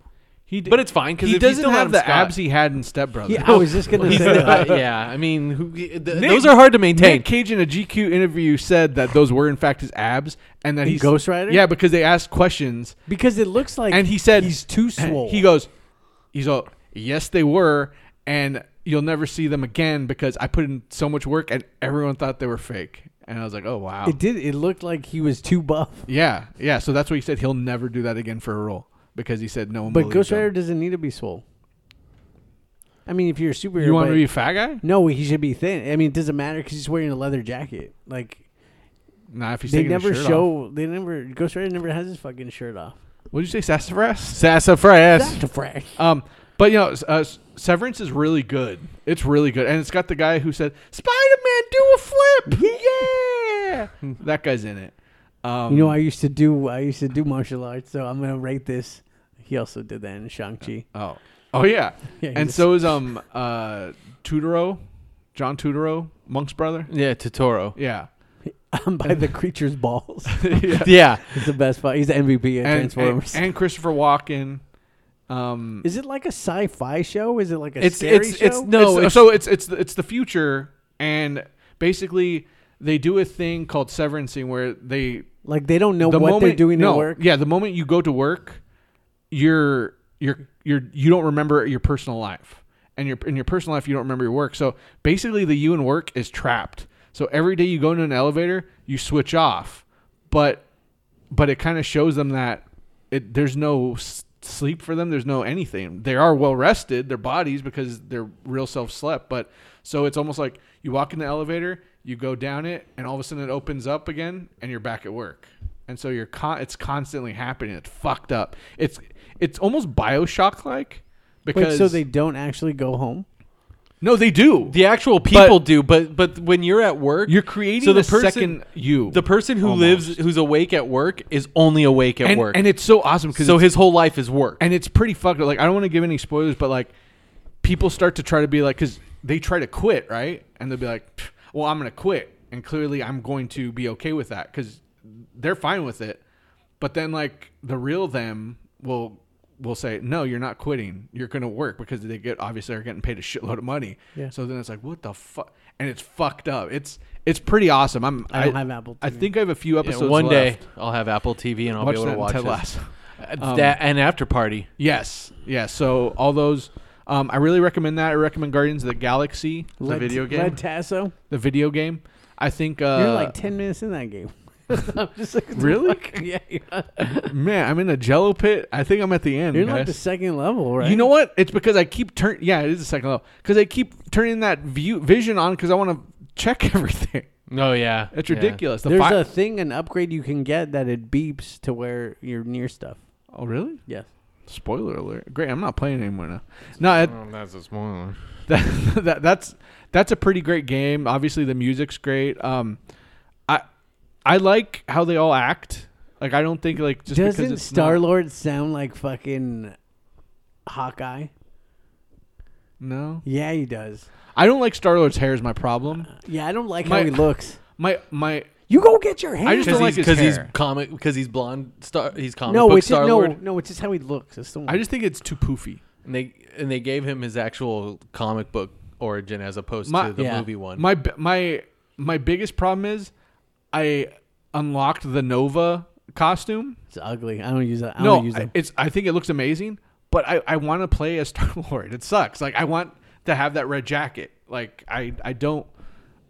He, d-
But it's fine, 'cause
he
if he's
doesn't
still
have
Adam
the
Scott-
abs he had in Step Brothers.
Yeah, I was just gonna
he's
say that.
uh, yeah. I mean, who, th-
Nick-
those are hard to maintain.
Nick Cage in a GQ interview said that those were in fact his abs, and that
In
he's
Ghost Rider?
Yeah, because they asked questions,
because it looks like.
and he said
he's too swole.
He goes, he's all, yes, they were, and you'll never see them again because I put in so much work, and everyone thought they were fake. And I was like, oh wow,
It did. It looked like he was too buff.
yeah, yeah. So that's why he said he'll never do that again for a role because he said no one.
But
believes
Ghost
him.
Rider doesn't need to be swole. I mean, if you're a superhero,
you want
but-
to be a fat guy?
no, he should be thin. I mean, it doesn't matter because he's wearing a leather jacket. Like
Nah, if he's
they
taking his
never
shirt off.
show. They never. Ghost Rider never has his fucking shirt off.
What did you say, sassafras?
Sassafras.
That's fresh.
Um, but you know, s- uh, S- Severance is really good. It's really good, and it's got the guy who said Spider Man do a flip. yeah, that guy's in it. Um,
You know, I used to do. I used to do martial arts, so I'm gonna rate this. He also did that in Shang Chi.
oh, oh yeah,
Yeah, he's
and
a-
so is um uh Tudoro, John Tudoro, Monk's brother.
Yeah, Totoro.
Yeah,
I'm by the creature's balls.
Yeah,
It's the best fight. He's the MVP
and, and
of Transformers.
and Christopher Walken. Um,
is it like a sci-fi show? Is it like a
it's
scary
it's
show?
it's no.
it's-
It's,
so it's it's the- it's the future, and basically they do a thing called severancing where they
like they don't know what they're doing
no,
at work.
Yeah, the moment you go to work, you're you're you're you don't remember your personal life, and your in your personal life you don't remember your work. So basically, the you in work is trapped. So every day you go into an elevator, you switch off, but but it kind of shows them that it there's no s- sleep for them. There's no anything. They are well rested, their bodies because their real self slept. But so it's almost like you walk in the elevator, you go down it, and all of a sudden it opens up again, and you're back at work. And so you're con- it's constantly happening. It's fucked up. It's it's almost Bioshock like
Wait,
because
so they don't actually go home?
no they do.
the actual people do, but but when you're at work,
You're creating
so
a second you,
The person who lives, who's awake at work, is only awake at
and,
work,
and it's so awesome because
so his whole life is work.
and it's pretty fucked up. Like I don't want to give any spoilers, but like people start to try to be like, because they try to quit, right? And they'll be like, "Pff, well, I'm gonna quit, and clearly I'm going to be okay with that because they're fine with it. But then like the real them will will say, no, you're not quitting. You're gonna work because they get obviously are getting paid a shitload of money.
Yeah.
So then it's like, what the fuck? And it's fucked up. It's it's pretty awesome. I'm.
I don't have Apple
I
TV.
think I have a few
Yeah,
episodes.
one
left.
day I'll have Apple TV and I'll
watch
be
that
able to
and
watch this.
Ted Lasso.
Uh, that and after party.
Yes. Yeah. So all those, um, I really recommend that. I recommend Guardians of the Galaxy, the
Led-
video game.
Led Tasso,
the video game. I think uh,
you're like ten minutes in that game. I'm just like, what the
Really?
fuck? Yeah. yeah.
Man, I'm in a jello pit. I think I'm at the end.
You're in like
guys.
the second level, right?
You know what? It's because I keep turn. Yeah, it is the second level. Because I keep turning that view vision on because I want to check everything.
No, Oh, yeah,
That's
yeah.
ridiculous. The
there's
fi-
a thing, an upgrade you can get that it beeps to where you're near stuff.
oh really?
Yes.
Spoiler alert. Great. I'm not playing anymore now. No, it,
Oh, that's a spoiler.
that, that that's that's a pretty great game. Obviously, the music's great. Um, I I like how they all act. Like I don't think like just because
Doesn't
it's
Star
not-
Lord sound like fucking Hawkeye?
No,
Yeah, he does.
I don't like Star Lord's hair. Is my problem.
Yeah, I don't like
My-
how he looks.
My my.
You go get your hand.
I just don't like his
Because he's
hair.
comic. Because he's blonde. Star. He's comic
no,
book
it's just,
Star
no,
Lord.
no, it's just how he looks. It's the
I just think it's too poofy.
And they and they gave him his actual comic book origin as opposed
My-
to the
Yeah.
movie one.
My b- my my biggest problem is I unlocked the Nova costume.
it's ugly. I don't use that. I
no,
don't use
I,
that.
it's I think it looks amazing, but I I want to play as Star Lord. It sucks. Like I want to have that red jacket. Like I I don't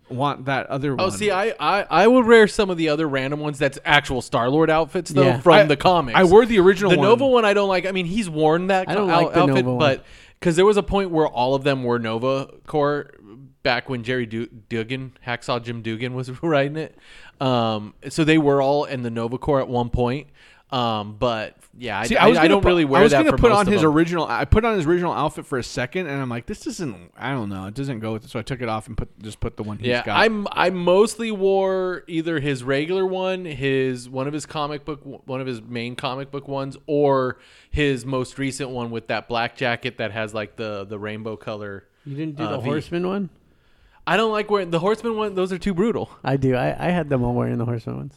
want that other one.
Oh, see, I, I I will wear some of the other random ones. That's actual Star Lord outfits though
Yeah.
from
I-
the comics.
I wore the original
The
one.
Nova one I don't like. I mean, he's worn that
I don't
co- out-
like the
outfit,
Nova one.
but because there was a point where all of them were Nova Corps back when Jerry du- Dugan, Hacksaw Jim Dugan, was writing it. Um, so they were all in the Nova Corps at one point. Um, but yeah,
See,
I,
I, was
I,
gonna
don't
put-
really wear
I was
that.
gonna
for
put
most
on
of
his
them.
original. I put on his original outfit for a second, and I'm like, this isn't. I don't know. It doesn't go with. It. So I took it off and put just put the one he's
Yeah,
got.
I'm I mostly wore either his regular one, his one of his comic book, one of his main comic book ones, or his most recent one with that black jacket that has like the the rainbow color.
you didn't do
uh,
the
V.
horseman one.
I don't like wearing the horseman one; those are too brutal.
I do. I, I had them all wearing the horseman ones.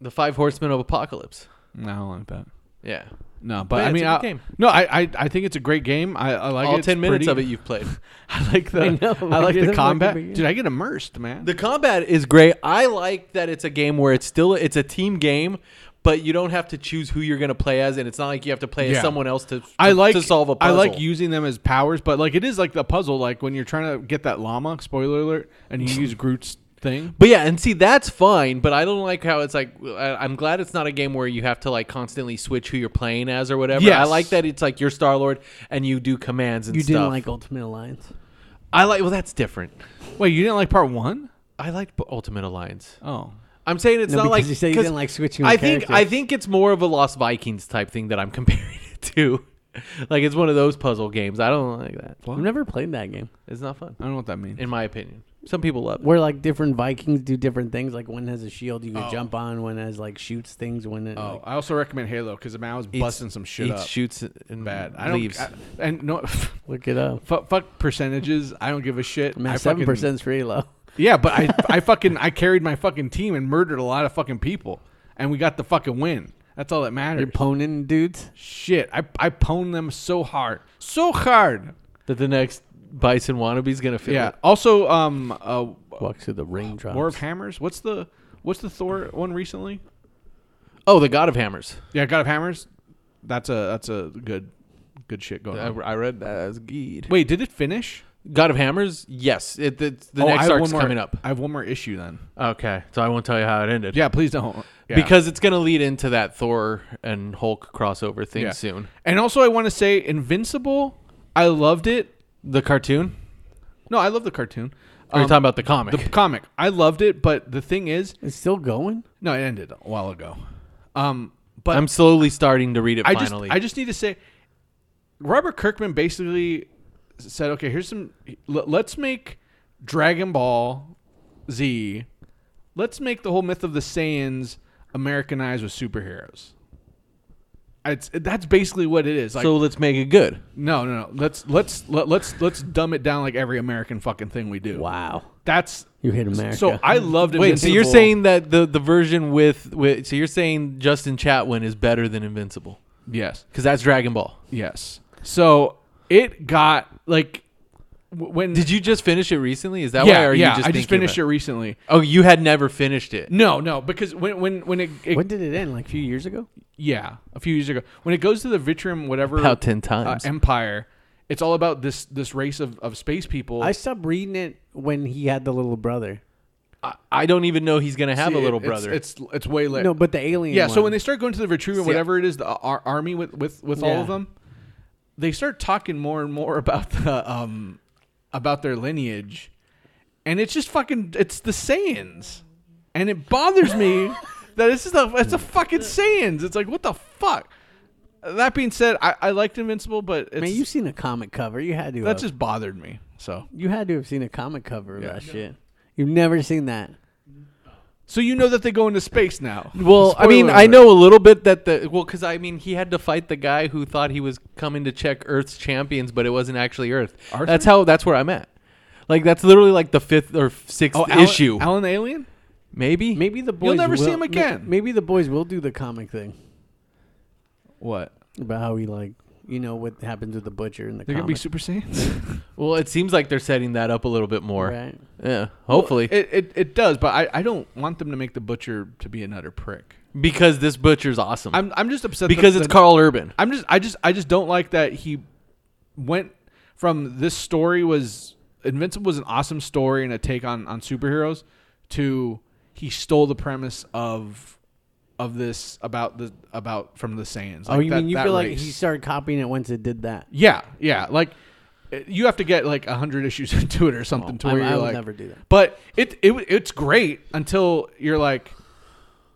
The five horsemen of apocalypse.
No, I don't like that.
Yeah,
No, but
yeah,
I
it's
mean,
a good
I-
game.
no, I, I I think it's a great game. I, I like it.
all
It's
ten minutes
pretty-
of it you've played.
I like the I,
I know, like,
like the
it's a fucking
combat.
big game.
Dude, I get immersed, man.
the combat is great. I like that it's a game where it's still it's a team game. But you don't have to choose who you're going to play as, and it's not like you have to play
Yeah.
as someone else to,
I like
to solve a puzzle.
I like using them as powers, but like it is like the puzzle. Like when you're trying to get that llama. Spoiler alert! And you use Groot's thing.
But yeah, and see that's fine, but I don't like how it's like. I- I'm glad it's not a game where you have to like constantly switch who you're playing as or whatever.
Yes.
I like that it's like you're Star Lord and you do commands and
You
stuff.
didn't like Ultimate Alliance.
I like. Well, that's different.
Wait, you didn't like part one?
I liked B- Ultimate Alliance.
Oh,
I'm saying it's not
No, because
like
you said you
'cause
didn't like switching
I
with
think I
characters.
think it's more of a Lost Vikings type thing that I'm comparing it to. Like it's one of those puzzle games. I don't like that.
I've never played that game.
It's not fun,
I don't know what that means.
in my opinion. Some people love it.
Where like different Vikings do different things. Like one has a shield you can jump on. One has like shoots things. One that,
Oh,
like,
I also recommend Halo because man, I was busting some shit
Each
up.
shoots and
bad. I don't.
leaves.
I- and no, f-
look it up.
fuck percentages. I don't give a shit. I
Man,
fucking-
seven percent's pretty low.
Yeah, but I I fucking I carried my fucking team and murdered a lot of fucking people, and we got the fucking win. That's all that matters.
Your opponent dudes.
Shit, I I pwned them so hard, so hard.
that the next Bison wannabe's gonna feel
Yeah.
it.
Also, um, uh,
Walks through the raindrops.
War of Hammers. What's the what's the Thor one recently?
Oh, the God of Hammers.
Yeah, God of Hammers. That's a that's a good good shit going
I,
on.
I read that as Geed.
Wait, did it finish?
God of Hammers? Yes. It, the the
Oh, I
next
have
arc's
one more-
coming up.
I have one more issue then.
Okay. So I won't tell you how it ended.
Yeah, please don't. Yeah.
Because it's going to lead into that Thor and Hulk crossover thing
Yeah.
soon.
And also, I want to say Invincible. I loved it.
The cartoon?
No, I love the cartoon.
Or you're
Um,
talking about the comic?
the comic. I loved it, but the thing is,
It's still going.
no, it ended a while ago. Um, but
I'm slowly starting to read it
I just
finally.
I just need to say, Robert Kirkman basically said, okay, here's some. l- Let's make Dragon Ball Z. Let's make the whole myth of the Saiyans Americanized with superheroes. It's that's basically what it is. Like,
so let's make it good.
no, no, no. Let's let's let, let's let's dumb it down like every American fucking thing we do.
Wow.
That's
You hit America.
so I loved.
Wait, so you're
Invincible.
saying that the, the version with, with. So you're saying Justin Chatwin is better than Invincible?
yes,
Because that's Dragon Ball.
yes. So it got like w- when
Did you just finish it recently? Is that
yeah,
why? Or are
yeah.
you just
I just
thinking
finished
about
it recently.
Oh, you had never finished it.
No, no, because when when when it, it-
when did it end? Like a few years ago.
yeah a few years ago when it goes to the Vitrium whatever
About 10
uh,
times.
empire, it's all about this this race of, of space people.
I stopped reading it when he had the little brother.
I, I don't even know he's gonna have a
See,
little
it's-
brother.
It's it's, way later.
No, but the alien.
yeah. So
one.
when they start going to the retriever, whatever it is, the ar- army with with with all
Yeah.
of them, they start talking more and more about the um about their lineage, and it's just fucking it's the Saiyans, and it bothers me that this is the it's a fucking Saiyans. It's like what the fuck. That being said, I, I liked Invincible, but it's,
man, you've seen a comic cover. You had to.
that
That's
just bothered me. So
you had to have seen a comic cover of that shit. You've never seen that.
so you know that they go into space now.
Well, I mean,
Spoiler
I
alert.
know a little bit that the well, because I mean, he had to fight the guy who thought he was coming to check Earth's champions, but it wasn't actually Earth.
Arthur?
That's how. That's where I'm at. Like that's literally like the fifth or sixth
Oh, Alan-
issue,
Alan Alien.
maybe.
Maybe the boys
never see
will-
him
may-
again.
Maybe the boys will do the comic thing
What?
about how he like, you know, what happens with the butcher in the
They're gonna be
comic.
Super Saiyans.
Well, it seems like they're setting that up a little bit more.
right?
Yeah, hopefully,
It, it it does, but I, I don't want them to make the butcher to be an utter prick.
because this butcher's awesome.
I'm I'm just upset that-
because it's
that-
Carl Urban.
I'm just I just I just don't like that he went from this story was Invincible was an awesome story and a take on on superheroes to he stole the premise of of this about the about from the Saiyans.
oh, you
that-
mean you
that
feel like
race.
he started copying it once it did that?
Yeah, yeah. Like uh, you have to get like hundred issues into it or something to
Oh, I-
where
I
you're
would
like,
never do that.
But it it it's great until you're like,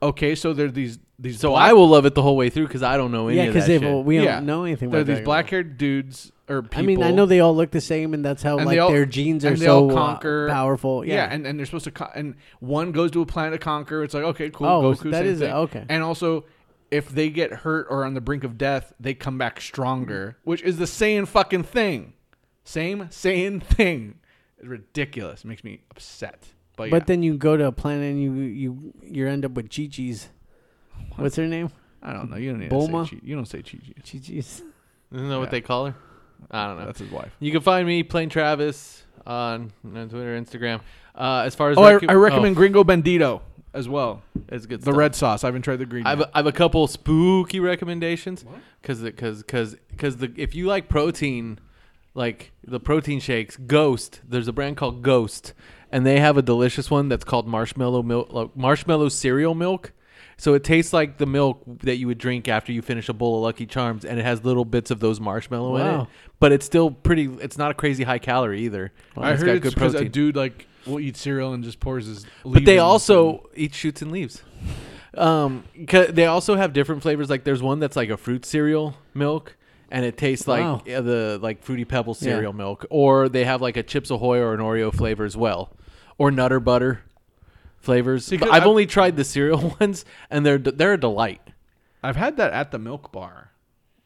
okay, so there are these these.
So
black-
I will love it the whole way through because I don't know any
Yeah,
of that
because they
shit.
we don't
yeah,
know anything.
There are
about
these
Dragon Ball.
black haired dudes or people.
I mean, I know they all look the same, and that's how
and
like
they all-
their genes are
and they
so
all
uh,
conquer,
powerful. Yeah,
and, and they're supposed to con- and one goes to a planet to conquer. It's like okay, cool.
Oh,
Goku,
that
same
is-
thing.
okay.
And also, if they get hurt or on the brink of death, they come back stronger, which is the same fucking thing. Same same thing. It's ridiculous. It makes me upset. But,
but
yeah,
then you go to a planet and you you you end up with Chi Chi's. What's her name?
I don't know. You don't need
Bulma?
to say Chi. You don't say Chi. Chi.
Chi Chi's.
Isn't that what
Yeah.
they call her? I don't know.
That's his wife.
You can find me Plain Travis on, on Twitter, Instagram. Uh, as far as
Oh, I,
Recu-
I recommend Gringo Bandito as well.
it's good.
The
stuff.
red sauce. I haven't tried the green.
oh, I have,
yet.
a, I have a couple spooky recommendations because because because because the if you like protein, like the protein shakes, Ghost. There's a brand called Ghost, and they have a delicious one that's called marshmallow milk, like marshmallow cereal milk. So it tastes like the milk that you would drink after you finish a bowl of Lucky Charms, and it has little bits of those marshmallow in it.
Wow.
But it's still pretty. It's not a crazy high calorie either.
I
It's
heard it's because a dude like will eat cereal and just pours his.
but they also eat shoots and leaves. Um, 'ca- they also have different flavors. Like there's one that's like a fruit cereal milk, and it tastes like
Wow.
yeah, the like fruity pebble cereal milk. Or they have like a Chips Ahoy or an Oreo flavor as well, or Nutter Butter flavors. But
'cause
I've
I've-
only tried the cereal ones, and they're d- they're a delight.
I've had that at the milk bar,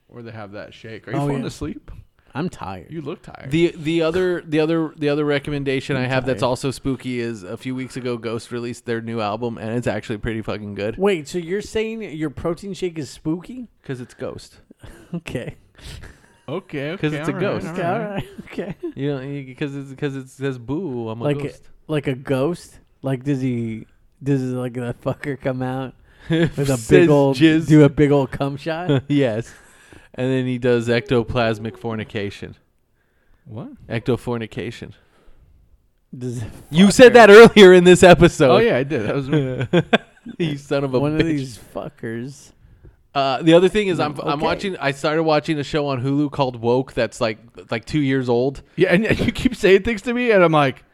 where they have that shake. Are you
Oh,
falling
yeah.
asleep?
I'm tired.
You look tired.
The the other the other the other recommendation I have that's also spooky is a few weeks ago Ghost released their new album, and it's actually pretty fucking good
Wait, so you're saying your protein shake is spooky?
because it's Ghost.
Okay.
okay,
'Cause
okay,
it's a
all right,
ghost.
all
Okay.
right.
All right. Okay.
You know, because it's because it says boo. I'm a
Like
ghost.
like a ghost. Like does he? Does like that fucker come out with a
Says
big old
jizz.
do a big old cum shot?
yes, and then he does ectoplasmic fornication.
What?
Ectofornication.
Does
You said that earlier in this episode.
Oh yeah, I did. That was
you son of a
one
bitch.
of these fuckers?
Uh, the other thing is, I'm I'm
Okay.
watching. I started watching a show on Hulu called Woke. That's like like two years old.
yeah. And you keep saying things to me, and I'm like,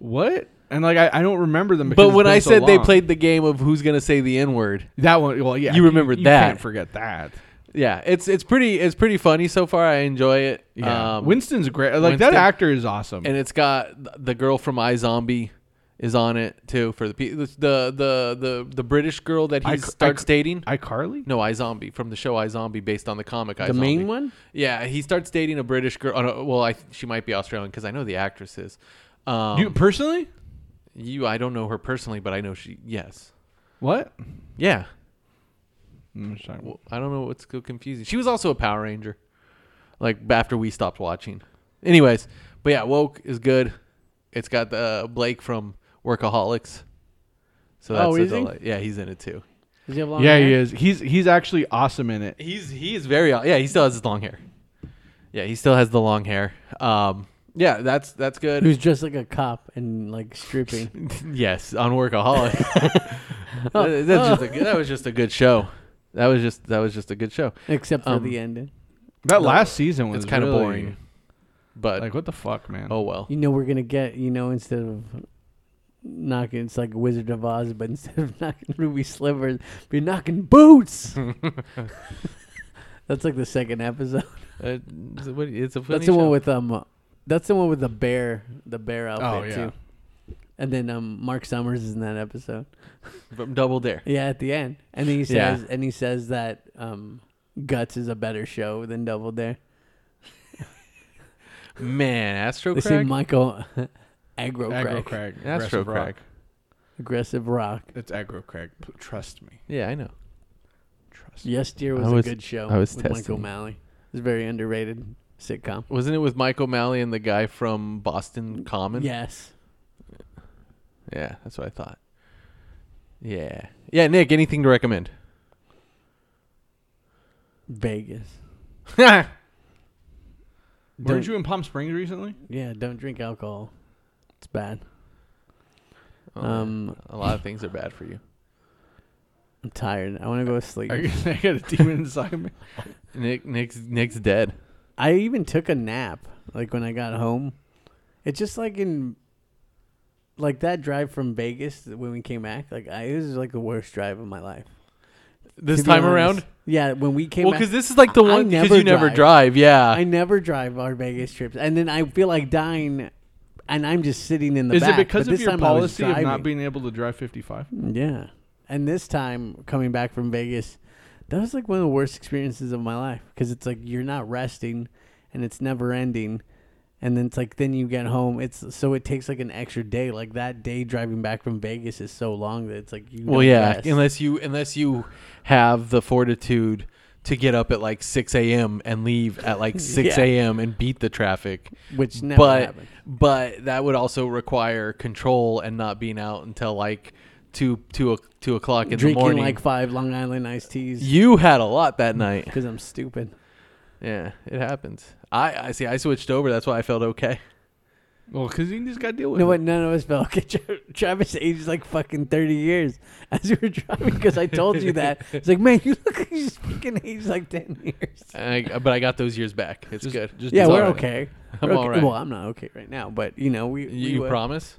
what? And like I, I don't remember them. Because
but when
it's
I
been so
said they
long.
played the game of who's gonna say the n word,
that one, well, yeah,
You remembered
you
that.
Can't forget that.
yeah, it's it's pretty it's pretty funny so far. I enjoy it.
Yeah,
Um,
Winston's great. Like
Winston-
that actor is awesome.
and it's got th- the girl from iZombie is on it too for the pe- the the the the, the British girl that he
I c-
starts
I c-
dating.
iCarly.
no, iZombie from the show iZombie based on the comic.
The main one?
Yeah, he starts dating a British girl. Oh, no, well, I, she might be Australian because I know the actress is. Um,
you
you,
personally?
I don't know her personally, but I know she. Yes.
What?
Yeah.
I'm just talking-
Well, I don't know what's so confusing. She was also a Power Ranger, like after we stopped watching. Anyways, but yeah, woke is good. It's got the uh, Blake from Workaholics. So that's
Oh,
a
is he?
delight. yeah, he's in it too.
Does he have long
Yeah,
hair?
he is. He's he's actually awesome in it.
He's he is very yeah. He still has his long hair. Yeah, he still has the long hair. Um, Yeah, that's that's good.
Who's dressed like a cop and like stripping.
yes, on workaholic. That- that's just a good- that was just a good show. That was just that was just a good show.
Except for
Um,
the ending.
That last season was
It's kind of
really-
boring, but
Like what the fuck, man?
oh well.
You know we're gonna get, you know, instead of knocking it's like Wizard of Oz, but instead of knocking Ruby Slivers, be knocking boots. That's like the second episode.
Uh, it's a- what- it's a funny
that's the one
show.
with um that's the one with the bear the bear
Oh,
outfit
yeah.
too. And then um Mark Summers is in that episode.
from Double Dare.
Yeah, at the end. And then he
Yeah.
says and he says that um Guts is a better show than Double Dare.
Man, Astro
They say
Crack.
Michael aggro
Aggro Craig.
crack,
Astro
Aggressive rock.
Crack.
aggressive rock.
It's Aggro Craig. P- Trust me.
Yeah, I know.
Trust me.
Yes, dear
I
was,
was-
a good show.
I was
with
testing
Michael
you.
O'Malley. It's a very underrated sitcom.
Wasn't it with Mike O'Malley and the guy from
Mm,
Boston Common?
Yes,
Yeah, that's what I thought. Yeah. Yeah, Nick, anything to recommend?
Vegas.
Weren't you in Palm Springs recently?
Yeah, don't drink alcohol. It's bad.
Oh,
Um,
a lot of things are bad for you.
I'm tired. I want to go to sleep.
I got I got a demon inside of me.
Nick Nick's Nick's dead.
I even took a nap like when I got home. It's just like in like that drive from Vegas when we came back. Like I, it was like the worst drive of my life.
This
to be
time
honest.
around?
Yeah, when we came
Well,
back-
because this is like the
I- I
one because
never
you never
drive.
drive. Yeah.
I never drive our Vegas trips, and then I feel like dying, and I'm just sitting in the
Is
back.
it because
But
of
this
your
time I was
policy of not
driving.
being able to drive 55?
Yeah, and this time coming back from Vegas, that was like one of the worst experiences of my life because it's like you're not resting, and it's never ending, and then it's like then you get home. It's so it takes like an extra day. Like that day driving back from Vegas is so long that it's like you.
well,
don't
yeah.
rest.
Unless you unless you have the fortitude to get up at like six a.m. and leave at like six
Yeah.
a.m. and beat the traffic.
which never
but
happened.
but that would also require control and not being out until like two two o- two o'clock in the
Drinking
morning.
like five Long Island iced teas
you had a lot that night.
because I'm stupid.
Yeah, it happens. I I see. I switched over. That's why I felt okay.
Well, because you just got to deal with
No,
it.
what none of us felt. Okay, Tra- Travis aged like fucking thirty years as we were driving because I told you that. It's like, man, you look like you just fucking aged like ten years.
And I, but I got those years back. It's good.
just
yeah,
it's
we're
all right.
okay.
I'm
We're okay.
all right.
Well, I'm not okay right now, but you know, we. we
you,
were-
you promise?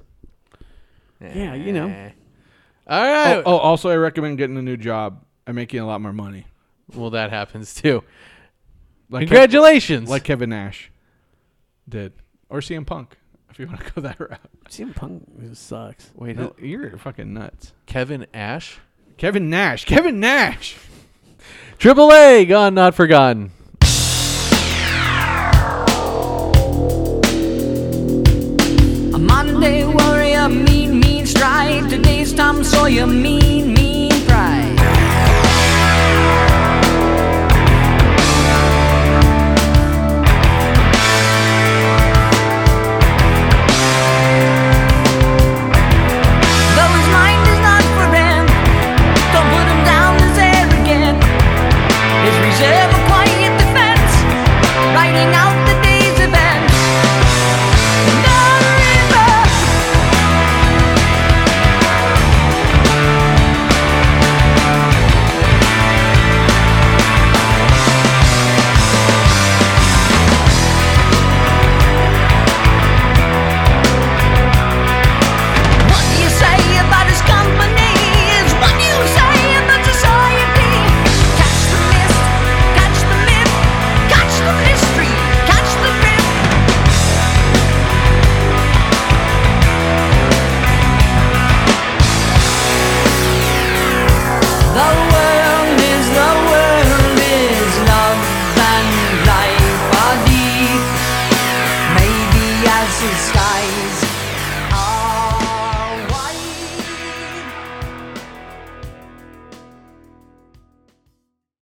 Yeah, you know.
All right.
Oh, oh, also, I recommend getting a new job. I'm making a lot more money.
Well, that happens too.
Like Kev-
Congratulations.
like Kevin Nash did, or CM Punk, if you want to go that route.
CM Punk sucks.
wait,
No, you're fucking nuts.
Kevin Ash,
Kevin Nash. Kevin Nash.
Triple A, gone not forgotten.